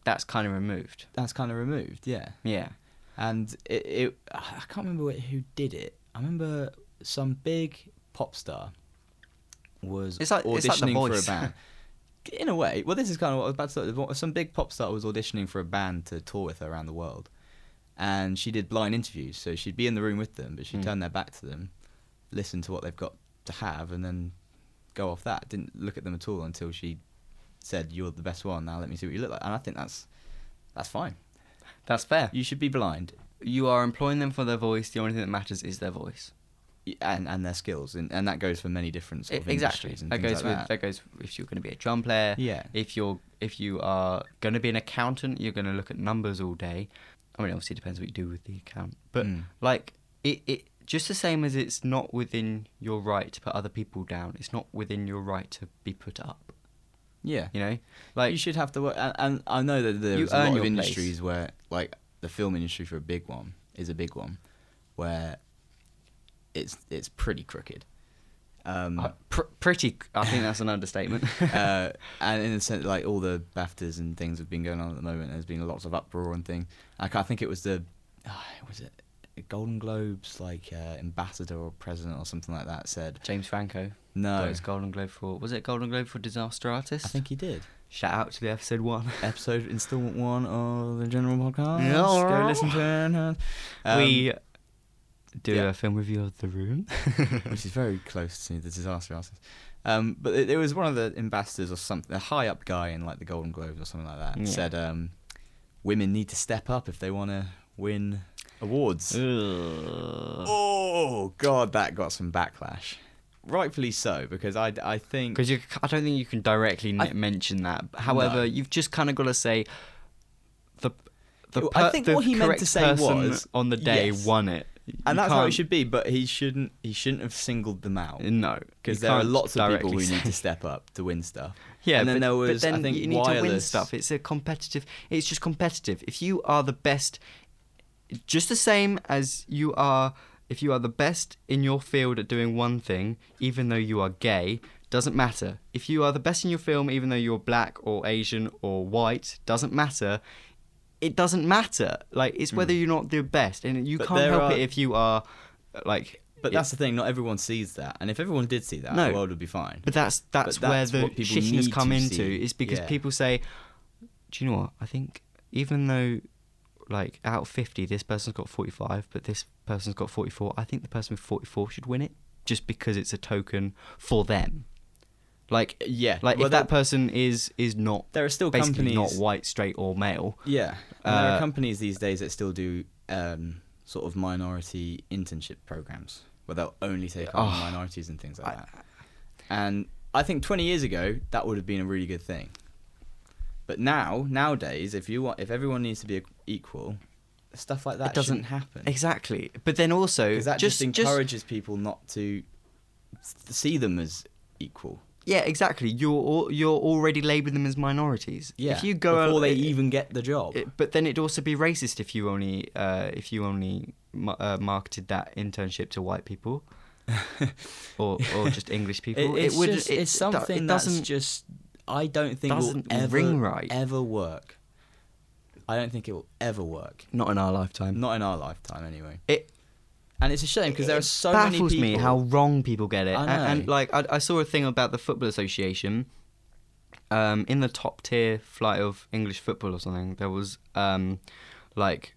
[SPEAKER 1] That's kind of removed.
[SPEAKER 2] that's kind of removed yeah
[SPEAKER 1] Yeah.
[SPEAKER 2] and it, it I can't remember wh- who did it. I remember some big pop star was
[SPEAKER 1] It's like-
[SPEAKER 2] auditioning
[SPEAKER 1] it's like The
[SPEAKER 2] for a
[SPEAKER 1] Voice.
[SPEAKER 2] band. In a way, well, this is kind of what I was about to say. The Vo- Some big pop star was auditioning for a band to tour with her around the world, and she did blind interviews. So she'd be in the room with them, but she'd
[SPEAKER 1] Mm.
[SPEAKER 2] turn their back to them, listen to what they've got to have, and then go off that. Didn't look at them at all until she said, "You're the best one. Now let me see what you look like." And I think that's that's fine.
[SPEAKER 1] That's fair.
[SPEAKER 2] You should be blind.
[SPEAKER 1] You are employing them for their voice. The only thing that matters is their voice.
[SPEAKER 2] and and their skills, and, and that goes for many different sort of
[SPEAKER 1] E- exactly.
[SPEAKER 2] industries and
[SPEAKER 1] that
[SPEAKER 2] things
[SPEAKER 1] goes
[SPEAKER 2] like
[SPEAKER 1] with
[SPEAKER 2] that.
[SPEAKER 1] that goes if you're going to be a drum player.
[SPEAKER 2] Yeah,
[SPEAKER 1] If you're if you are going to be an accountant, you're going to look at numbers all day. I mean, obviously, it depends what you do with the account, but
[SPEAKER 2] Mm.
[SPEAKER 1] like it, it just the same as it's not within your right to put other people down. It's not within your right to be put up.
[SPEAKER 2] yeah,
[SPEAKER 1] You know,
[SPEAKER 2] you
[SPEAKER 1] like
[SPEAKER 2] should have to work. And, and I know that
[SPEAKER 1] You
[SPEAKER 2] there's a
[SPEAKER 1] earn
[SPEAKER 2] lot of
[SPEAKER 1] your place.
[SPEAKER 2] industries where, like, the film industry for a big one is a big one, where it's it's pretty crooked. Um,
[SPEAKER 1] uh, pr- pretty. I think that's an understatement.
[SPEAKER 2] uh, and in a sense, like all the BAFTAs and things have been going on at the moment. There's been lots of uproar and things. Like I think it was the, ah, was it Golden Globes like uh, ambassador or president or something like that said
[SPEAKER 1] James Franco
[SPEAKER 2] no.
[SPEAKER 1] got his Golden Globe for was it Golden Globe for Disaster Artist?
[SPEAKER 2] I think he did.
[SPEAKER 1] Shout out to the episode one.
[SPEAKER 2] episode installment one of the general podcast.
[SPEAKER 1] Yeah.
[SPEAKER 2] Go listen to it. uh, Um,
[SPEAKER 1] we do
[SPEAKER 2] Yeah.
[SPEAKER 1] a film review of The Room.
[SPEAKER 2] which is very close to the disaster artist. Um, but it, it was one of the ambassadors or something, a high up guy in like the Golden Globes or something like that,
[SPEAKER 1] Yeah.
[SPEAKER 2] said um, women need to step up if they want to win awards.
[SPEAKER 1] Because
[SPEAKER 2] Oh god, that got some backlash. Rightfully so, because I, I think
[SPEAKER 1] Mm. you, c- I don't think you can directly
[SPEAKER 2] I-
[SPEAKER 1] n mention that. However,
[SPEAKER 2] No.
[SPEAKER 1] you've just kind of got to say the the
[SPEAKER 2] Well, I think
[SPEAKER 1] the
[SPEAKER 2] what he meant
[SPEAKER 1] correct
[SPEAKER 2] to say
[SPEAKER 1] person
[SPEAKER 2] was,
[SPEAKER 1] on the day
[SPEAKER 2] yes.
[SPEAKER 1] won it, You
[SPEAKER 2] and that's how it
[SPEAKER 1] can't-
[SPEAKER 2] should be. But he shouldn't he shouldn't have singled them out
[SPEAKER 1] No,
[SPEAKER 2] because
[SPEAKER 1] you
[SPEAKER 2] there are
[SPEAKER 1] can't
[SPEAKER 2] lots of people
[SPEAKER 1] directly
[SPEAKER 2] who need
[SPEAKER 1] say-
[SPEAKER 2] to step up to win stuff.
[SPEAKER 1] Yeah,
[SPEAKER 2] and then
[SPEAKER 1] but,
[SPEAKER 2] there
[SPEAKER 1] but
[SPEAKER 2] was
[SPEAKER 1] then
[SPEAKER 2] I think
[SPEAKER 1] you need
[SPEAKER 2] wireless
[SPEAKER 1] to win stuff. It's a competitive. It's just competitive. If you are the best, just the same as you are. If you are the best in your field at doing one thing, even though you are gay, doesn't matter. If you are the best in your film, even though you're black or Asian or white, doesn't matter. It doesn't matter. Like it's whether you're not the best, and you
[SPEAKER 2] Hmm. But
[SPEAKER 1] can't
[SPEAKER 2] there
[SPEAKER 1] help
[SPEAKER 2] are-
[SPEAKER 1] it if you are, like.
[SPEAKER 2] But
[SPEAKER 1] it-
[SPEAKER 2] that's the thing. Not everyone sees that, and if everyone did see that,
[SPEAKER 1] No.
[SPEAKER 2] the world would be fine.
[SPEAKER 1] But that's that's,
[SPEAKER 2] that's
[SPEAKER 1] where the
[SPEAKER 2] what people
[SPEAKER 1] shittiness
[SPEAKER 2] need
[SPEAKER 1] come
[SPEAKER 2] to
[SPEAKER 1] into
[SPEAKER 2] see.
[SPEAKER 1] is because
[SPEAKER 2] Yeah.
[SPEAKER 1] people say, "Do you know what? I think even though, like, out of fifty, this person's got forty-five, but this person's got forty-four. I think the person with forty-four should win it, just because it's a token for them. Like,
[SPEAKER 2] yeah,
[SPEAKER 1] like
[SPEAKER 2] well,
[SPEAKER 1] if that
[SPEAKER 2] there-
[SPEAKER 1] person is is not
[SPEAKER 2] there are still
[SPEAKER 1] basically
[SPEAKER 2] companies
[SPEAKER 1] not white, straight, or male,
[SPEAKER 2] Yeah, and there are
[SPEAKER 1] Uh,
[SPEAKER 2] companies these days that still do um, sort of minority internship programs where they'll only take on
[SPEAKER 1] Oh.
[SPEAKER 2] minorities and things like
[SPEAKER 1] I-
[SPEAKER 2] that. And I think 20 years ago that would have been a really good thing. But now, nowadays, if you want, if everyone needs to be equal, stuff like that
[SPEAKER 1] doesn't-
[SPEAKER 2] doesn't happen
[SPEAKER 1] exactly. But then also
[SPEAKER 2] because that just,
[SPEAKER 1] just
[SPEAKER 2] encourages people not to s- see them as equal.
[SPEAKER 1] yeah, exactly. You're al- you're already labeling them as minorities.
[SPEAKER 2] Yeah,
[SPEAKER 1] if you go
[SPEAKER 2] before they
[SPEAKER 1] it-
[SPEAKER 2] even get the job.
[SPEAKER 1] It- but then it'd also be racist if you only uh, if you only ma- uh, marketed that internship to white people or or just English people.
[SPEAKER 2] It, it's
[SPEAKER 1] would
[SPEAKER 2] just,
[SPEAKER 1] it-
[SPEAKER 2] it's
[SPEAKER 1] it do-
[SPEAKER 2] something
[SPEAKER 1] it
[SPEAKER 2] that's
[SPEAKER 1] doesn't
[SPEAKER 2] just I don't think will
[SPEAKER 1] doesn't
[SPEAKER 2] ever
[SPEAKER 1] ring right.
[SPEAKER 2] ever work. I don't think it will ever work.
[SPEAKER 1] not in our lifetime.
[SPEAKER 2] Not in our lifetime, anyway.
[SPEAKER 1] It
[SPEAKER 2] And it's a shame because there are
[SPEAKER 1] it
[SPEAKER 2] so many people.
[SPEAKER 1] baffles me how wrong people get it.
[SPEAKER 2] I
[SPEAKER 1] And, and,
[SPEAKER 2] know.
[SPEAKER 1] like I, I saw a thing about the football association. Um, in the top tier flight of English football or something, there was um, like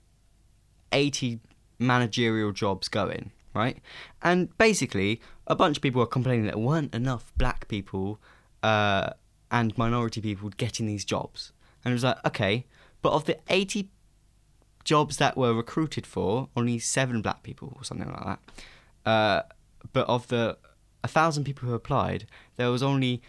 [SPEAKER 1] eighty managerial jobs going right, and basically a bunch of people were complaining that there weren't enough black people uh, and minority people getting these jobs, and it was like okay, but of the eighty jobs that were recruited for, only seven black people or something like that. Uh, but of the a thousand people who applied, there was only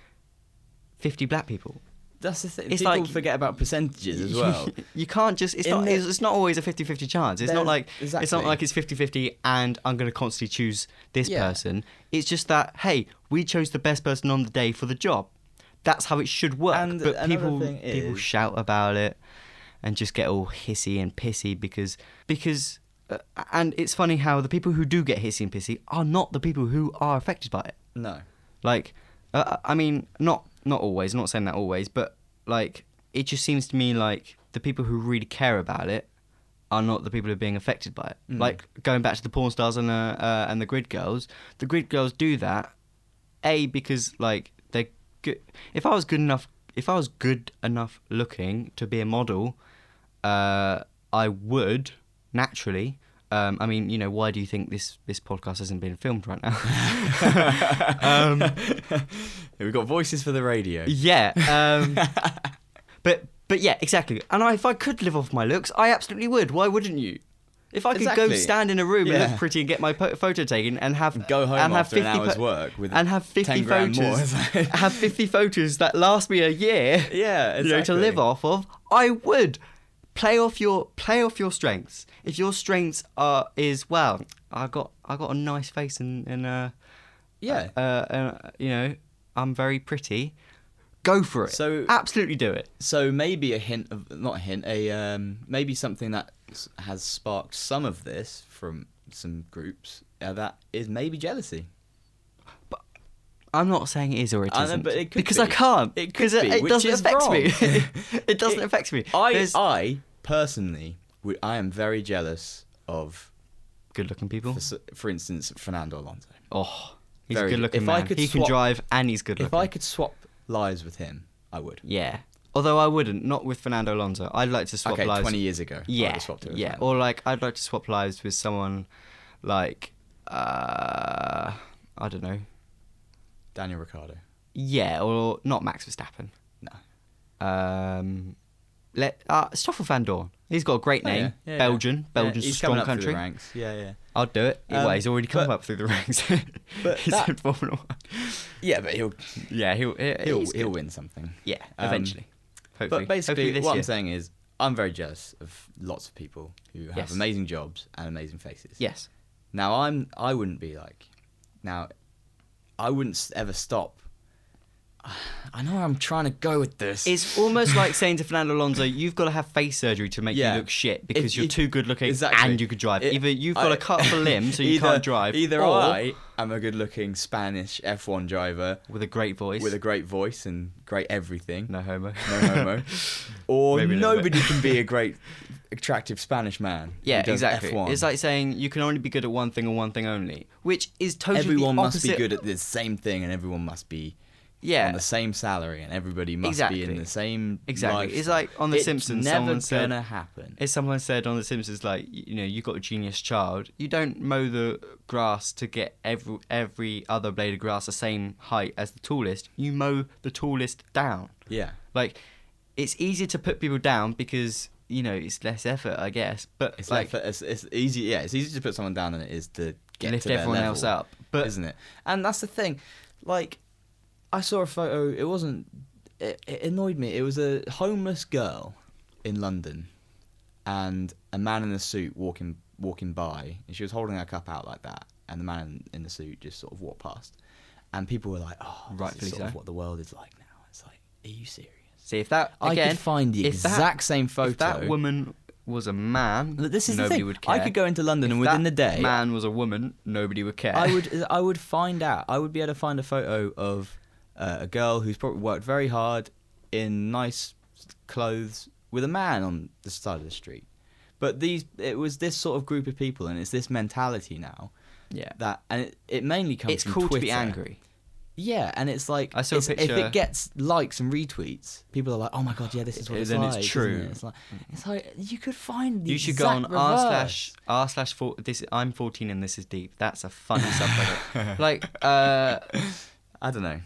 [SPEAKER 1] fifty black people.
[SPEAKER 2] That's the thing.
[SPEAKER 1] It's
[SPEAKER 2] people
[SPEAKER 1] like-
[SPEAKER 2] forget about percentages as well.
[SPEAKER 1] you can't just. It's
[SPEAKER 2] In
[SPEAKER 1] not.
[SPEAKER 2] the-
[SPEAKER 1] it's, it's not always a 50-50 chance. It's
[SPEAKER 2] There's-
[SPEAKER 1] not like. It's not
[SPEAKER 2] exactly.
[SPEAKER 1] like it's 50-50 and I'm going to constantly choose this
[SPEAKER 2] Yeah.
[SPEAKER 1] person. It's just that hey, we chose the best person on the day for the job. That's how it should work.
[SPEAKER 2] And
[SPEAKER 1] but
[SPEAKER 2] another
[SPEAKER 1] people
[SPEAKER 2] thing
[SPEAKER 1] people
[SPEAKER 2] is-
[SPEAKER 1] shout about it and just get all hissy and pissy because because uh, and it's funny how the people who do get hissy and pissy are not the people who are affected by it.
[SPEAKER 2] no.
[SPEAKER 1] Like, uh, I mean, not not always. Not saying that always, but like, it just seems to me like the people who really care about it are not the people who are being affected by it.
[SPEAKER 2] Mm.
[SPEAKER 1] Like going back to the porn stars and the uh, and the grid girls, the grid girls do that. A because like they, good. if I was good enough, if I was good enough looking to be a model, uh, I would naturally. Um, I mean, you know, why do you think this this podcast hasn't been filmed right now?
[SPEAKER 2] We've got voices for the radio.
[SPEAKER 1] Yeah. Um, but but yeah, exactly. And I, if I could live off my looks, I absolutely would. Why wouldn't you? If I could go
[SPEAKER 2] Exactly.
[SPEAKER 1] stand in a room and
[SPEAKER 2] Yeah.
[SPEAKER 1] look pretty and get my po- photo taken and have
[SPEAKER 2] Go home
[SPEAKER 1] and have
[SPEAKER 2] after an
[SPEAKER 1] 50
[SPEAKER 2] hour's
[SPEAKER 1] po-
[SPEAKER 2] work with
[SPEAKER 1] and have 50
[SPEAKER 2] 10 grand more,
[SPEAKER 1] photos
[SPEAKER 2] it's like-
[SPEAKER 1] have 50 photos that last me a year
[SPEAKER 2] Yeah,
[SPEAKER 1] you know, to
[SPEAKER 2] exactly.
[SPEAKER 1] live off of, I would play off your play off your strengths. If your strengths are is well, I got I got a nice face and and uh,
[SPEAKER 2] Yeah.
[SPEAKER 1] uh, uh, you know, I'm very pretty. Go for it.
[SPEAKER 2] So-
[SPEAKER 1] absolutely do it.
[SPEAKER 2] So maybe a hint of not a hint, a um, maybe something that s- has sparked some of this from some groups uh, that is maybe jealousy.
[SPEAKER 1] I'm not saying it is or it
[SPEAKER 2] I know,
[SPEAKER 1] isn't,
[SPEAKER 2] but it could
[SPEAKER 1] because I
[SPEAKER 2] be.
[SPEAKER 1] can't.
[SPEAKER 2] It could
[SPEAKER 1] because it,
[SPEAKER 2] be,
[SPEAKER 1] it
[SPEAKER 2] which
[SPEAKER 1] doesn't
[SPEAKER 2] is
[SPEAKER 1] affect
[SPEAKER 2] wrong.
[SPEAKER 1] me. it doesn't affect me.
[SPEAKER 2] I
[SPEAKER 1] There's
[SPEAKER 2] I personally would I am very jealous of,
[SPEAKER 1] good-looking people.
[SPEAKER 2] for, s- for instance, Fernando Alonso.
[SPEAKER 1] Oh, he's
[SPEAKER 2] Very
[SPEAKER 1] a good-looking
[SPEAKER 2] good. If I
[SPEAKER 1] man.
[SPEAKER 2] could
[SPEAKER 1] he can
[SPEAKER 2] swap-
[SPEAKER 1] drive and he's good-looking.
[SPEAKER 2] If I could swap lives with him, I would.
[SPEAKER 1] Yeah. Although I wouldn't, not with Fernando Alonso. I'd like to swap
[SPEAKER 2] okay,
[SPEAKER 1] lives.
[SPEAKER 2] twenty years ago, I would
[SPEAKER 1] yeah,
[SPEAKER 2] have swapped it with
[SPEAKER 1] yeah.
[SPEAKER 2] him.
[SPEAKER 1] Or like, I'd like to swap lives with someone like uh, I don't know,
[SPEAKER 2] Daniel Ricciardo.
[SPEAKER 1] yeah, or not Max Verstappen.
[SPEAKER 2] No.
[SPEAKER 1] Um, let uh, Stoffel van Dorn. He's got a great
[SPEAKER 2] Oh,
[SPEAKER 1] name.
[SPEAKER 2] yeah. Yeah, yeah.
[SPEAKER 1] Belgian, Belgian's a
[SPEAKER 2] yeah, he's
[SPEAKER 1] strong
[SPEAKER 2] coming up through the
[SPEAKER 1] country.
[SPEAKER 2] ranks. Yeah, yeah.
[SPEAKER 1] I'll do it.
[SPEAKER 2] Um,
[SPEAKER 1] well, he's already come
[SPEAKER 2] but-
[SPEAKER 1] up through the ranks.
[SPEAKER 2] but
[SPEAKER 1] he's
[SPEAKER 2] that-
[SPEAKER 1] in Formula One.
[SPEAKER 2] Yeah, but he'll
[SPEAKER 1] Yeah, he'll he'll,
[SPEAKER 2] he'll,
[SPEAKER 1] he's
[SPEAKER 2] he'll
[SPEAKER 1] good.
[SPEAKER 2] win something.
[SPEAKER 1] Yeah,
[SPEAKER 2] Um,
[SPEAKER 1] eventually. Hopefully.
[SPEAKER 2] But basically,
[SPEAKER 1] Hopefully this
[SPEAKER 2] what
[SPEAKER 1] year.
[SPEAKER 2] I'm saying is, I'm very jealous of lots of people who have
[SPEAKER 1] Yes.
[SPEAKER 2] amazing jobs and amazing faces.
[SPEAKER 1] Yes.
[SPEAKER 2] Now I'm I wouldn't be like, now, I wouldn't s- ever stop. I know where I'm trying to go with this.
[SPEAKER 1] It's almost like saying to Fernando Alonso, "You've got to have face surgery to make
[SPEAKER 2] Yeah.
[SPEAKER 1] you look shit
[SPEAKER 2] If
[SPEAKER 1] because you're
[SPEAKER 2] you-
[SPEAKER 1] too good looking
[SPEAKER 2] Exactly.
[SPEAKER 1] and you could drive.
[SPEAKER 2] It-
[SPEAKER 1] either you've got
[SPEAKER 2] I-
[SPEAKER 1] a cut off a limb so you
[SPEAKER 2] either-
[SPEAKER 1] can't drive,
[SPEAKER 2] Either
[SPEAKER 1] or
[SPEAKER 2] I am a good-looking Spanish F1 driver
[SPEAKER 1] with a great voice,
[SPEAKER 2] with a great voice and great everything.
[SPEAKER 1] no homo,
[SPEAKER 2] no homo. Or
[SPEAKER 1] Maybe a little
[SPEAKER 2] nobody
[SPEAKER 1] bit.
[SPEAKER 2] can be a great, attractive Spanish man. who
[SPEAKER 1] Yeah,
[SPEAKER 2] does
[SPEAKER 1] exactly.
[SPEAKER 2] F1.
[SPEAKER 1] It's like saying you can only be good at one thing and one thing only, which is totally
[SPEAKER 2] everyone
[SPEAKER 1] the
[SPEAKER 2] must be
[SPEAKER 1] opposite-
[SPEAKER 2] good at the same thing, and everyone must be
[SPEAKER 1] yeah,
[SPEAKER 2] on the same salary, and everybody must be
[SPEAKER 1] Exactly.
[SPEAKER 2] in the same.
[SPEAKER 1] Exactly. It's
[SPEAKER 2] lifestyle.
[SPEAKER 1] like on The
[SPEAKER 2] It's
[SPEAKER 1] Simpsons,
[SPEAKER 2] Never
[SPEAKER 1] someone
[SPEAKER 2] gonna
[SPEAKER 1] said-
[SPEAKER 2] happen.
[SPEAKER 1] As someone said on The Simpsons, like you know, you got a genius child. You don't mow the grass to get every every other blade of grass the same height as the tallest. You mow the tallest down.
[SPEAKER 2] yeah.
[SPEAKER 1] Like, it's easier to put people down because you know it's less effort, I guess. But
[SPEAKER 2] It's
[SPEAKER 1] like,
[SPEAKER 2] like, it's, it's easy. Yeah, it's easy to put someone down than it is to get
[SPEAKER 1] lift
[SPEAKER 2] to their
[SPEAKER 1] everyone
[SPEAKER 2] level,
[SPEAKER 1] else up. But
[SPEAKER 2] isn't it? And that's the thing. Like, I saw a photo. It wasn't. It, it annoyed me. It was a homeless girl in London, and a man in a suit walking walking by, and she was holding her cup out like that, and the man in the suit just sort of walked past, and people were like, "Oh, this
[SPEAKER 1] Rightfully
[SPEAKER 2] is sort of
[SPEAKER 1] so.
[SPEAKER 2] what the world is like now." It's like, are you serious?
[SPEAKER 1] see if that again,
[SPEAKER 2] I could find the
[SPEAKER 1] if that-
[SPEAKER 2] exact same photo.
[SPEAKER 1] if that woman was a man,
[SPEAKER 2] Look, this is
[SPEAKER 1] nobody
[SPEAKER 2] the thing.
[SPEAKER 1] would care.
[SPEAKER 2] I could go into London
[SPEAKER 1] If
[SPEAKER 2] and within
[SPEAKER 1] that
[SPEAKER 2] the day,
[SPEAKER 1] man was a woman, nobody would care.
[SPEAKER 2] I would I would find out. I would be able to find a photo of uh, a girl who's probably worked very hard in nice clothes with a man on the side of the street. But these it was this sort of group of people, and it's this mentality now
[SPEAKER 1] yeah.
[SPEAKER 2] that and it, it mainly comes.
[SPEAKER 1] It's
[SPEAKER 2] from
[SPEAKER 1] cool to be
[SPEAKER 2] Twitter.
[SPEAKER 1] angry.
[SPEAKER 2] Yeah, and it's like
[SPEAKER 1] I saw a
[SPEAKER 2] it's- if
[SPEAKER 1] picture-
[SPEAKER 2] it gets likes and retweets, people are like, "Oh my god, yeah, this is what it's
[SPEAKER 1] Then it's
[SPEAKER 2] like." isn't
[SPEAKER 1] true.
[SPEAKER 2] it? It's like it's like you could find. The
[SPEAKER 1] You should go on
[SPEAKER 2] exact
[SPEAKER 1] r
[SPEAKER 2] reverse.
[SPEAKER 1] slash r slash four. This I'm 14 and this is deep. That's a funny subreddit. Like uh,
[SPEAKER 2] I don't know.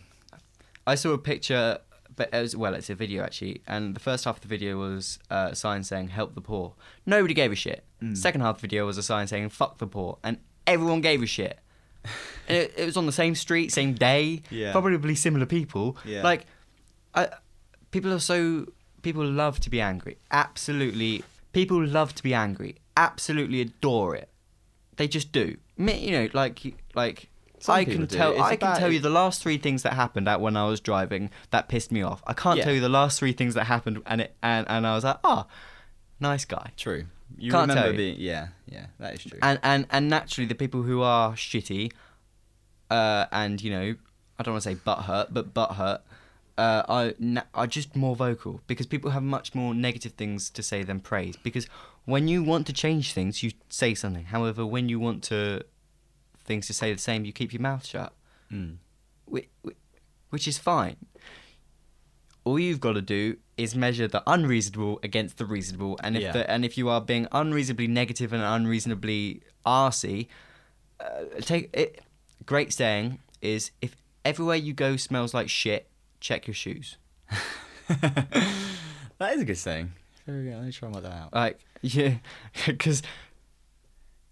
[SPEAKER 1] I saw a picture, but as well, it's a video actually. And the first half of the video was uh, a sign saying "Help the poor." Nobody gave a shit.
[SPEAKER 2] Hmm.
[SPEAKER 1] Second half of the video was a sign saying "Fuck the poor," and everyone gave a shit. and it, it was on the same street, same day,
[SPEAKER 2] Yeah.
[SPEAKER 1] probably similar people.
[SPEAKER 2] Yeah.
[SPEAKER 1] Like, I, people are so people love to be angry. Absolutely, people love to be angry. Absolutely adore it. They just do. Me, you know, like like
[SPEAKER 2] Some
[SPEAKER 1] I
[SPEAKER 2] people
[SPEAKER 1] can
[SPEAKER 2] do.
[SPEAKER 1] tell.
[SPEAKER 2] It's
[SPEAKER 1] I can
[SPEAKER 2] about-
[SPEAKER 1] tell you the last three things that happened at when I was driving that pissed me off. I can't
[SPEAKER 2] Yeah.
[SPEAKER 1] tell you the last three things that happened, and it and, and I was like, ah, nice guy.
[SPEAKER 2] True. You
[SPEAKER 1] Can't
[SPEAKER 2] remember
[SPEAKER 1] tell you.
[SPEAKER 2] being yeah, yeah, that is true.
[SPEAKER 1] And and and naturally, the people who are shitty, uh, and you know, I don't want to say butthurt, but butthurt, uh, are na- are just more vocal because people have much more negative things to say than praise. Because when you want to change things, you say something. However, when you want to things to say the same, you keep your mouth shut.
[SPEAKER 2] Mm.
[SPEAKER 1] which, which is fine. All you've got to do is measure the unreasonable against the reasonable, and if
[SPEAKER 2] Yeah.
[SPEAKER 1] the, and if you are being unreasonably negative and unreasonably arsy, uh, take it. Great saying is if everywhere you go smells like shit, check your shoes.
[SPEAKER 2] that is a good saying. Uh, Very good. Let me try and work that out.
[SPEAKER 1] Like yeah, because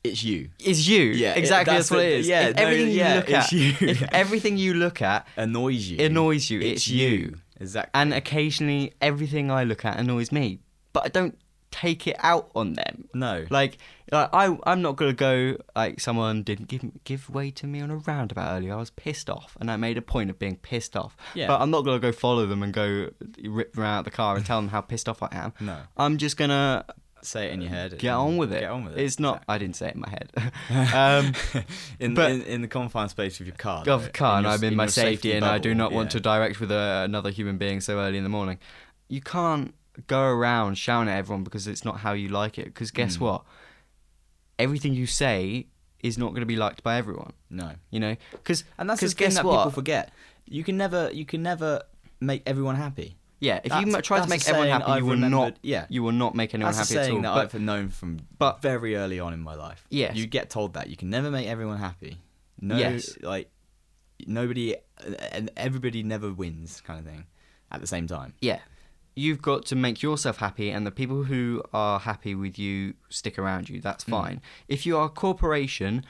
[SPEAKER 2] It's you.
[SPEAKER 1] it's you.
[SPEAKER 2] Yeah, it-
[SPEAKER 1] exactly. that's,
[SPEAKER 2] that's
[SPEAKER 1] what
[SPEAKER 2] it.
[SPEAKER 1] it is.
[SPEAKER 2] Yeah,
[SPEAKER 1] if
[SPEAKER 2] no,
[SPEAKER 1] everything
[SPEAKER 2] yeah,
[SPEAKER 1] you look at,
[SPEAKER 2] it's you.
[SPEAKER 1] if everything you look at
[SPEAKER 2] Annoys you.
[SPEAKER 1] annoys you, it's you.
[SPEAKER 2] Exactly.
[SPEAKER 1] and occasionally everything I look at annoys me, but I don't take it out on them.
[SPEAKER 2] no.
[SPEAKER 1] Like, like I, I'm not gonna go like someone didn't give give way to me on a roundabout earlier. I was pissed off, and I made a point of being pissed off.
[SPEAKER 2] Yeah.
[SPEAKER 1] But I'm not gonna go follow them and go rip them out of the car and tell them how pissed off I am.
[SPEAKER 2] No.
[SPEAKER 1] I'm just gonna
[SPEAKER 2] Say it in your head.
[SPEAKER 1] get on with it.
[SPEAKER 2] Get on with it.
[SPEAKER 1] It's not. I didn't say it in my head. um,
[SPEAKER 2] in,
[SPEAKER 1] but-
[SPEAKER 2] in in the confined space of your car.
[SPEAKER 1] of car, and
[SPEAKER 2] your-
[SPEAKER 1] I'm in my
[SPEAKER 2] your
[SPEAKER 1] safety, and I do
[SPEAKER 2] bubble,
[SPEAKER 1] not want
[SPEAKER 2] yeah.
[SPEAKER 1] to direct with a, another human being so early in the morning. You can't go around shouting at everyone because it's not how you like it. Because guess what? Everything you say is not going to be liked by everyone.
[SPEAKER 2] No.
[SPEAKER 1] You know, because
[SPEAKER 2] And that's the thing
[SPEAKER 1] guess
[SPEAKER 2] that
[SPEAKER 1] what?
[SPEAKER 2] people forget. You can never you can never make everyone happy.
[SPEAKER 1] Yeah, if you
[SPEAKER 2] That's-
[SPEAKER 1] ma- try to
[SPEAKER 2] that's
[SPEAKER 1] make
[SPEAKER 2] a
[SPEAKER 1] everyone
[SPEAKER 2] saying
[SPEAKER 1] happy,
[SPEAKER 2] I've
[SPEAKER 1] you will not.
[SPEAKER 2] remembered- yeah.
[SPEAKER 1] you will not make anyone
[SPEAKER 2] That's a
[SPEAKER 1] happy
[SPEAKER 2] saying
[SPEAKER 1] at
[SPEAKER 2] that
[SPEAKER 1] all. But
[SPEAKER 2] I've known from
[SPEAKER 1] but-
[SPEAKER 2] very early on in my life.
[SPEAKER 1] Yes.
[SPEAKER 2] you get told that you can never make everyone happy. No,
[SPEAKER 1] Yes.
[SPEAKER 2] like nobody uh, and everybody never wins, kind of thing. At the same time,
[SPEAKER 1] yeah, you've got to make yourself happy, and the people who are happy with you stick around you.
[SPEAKER 2] Hmm.
[SPEAKER 1] That's fine. If you are a corporation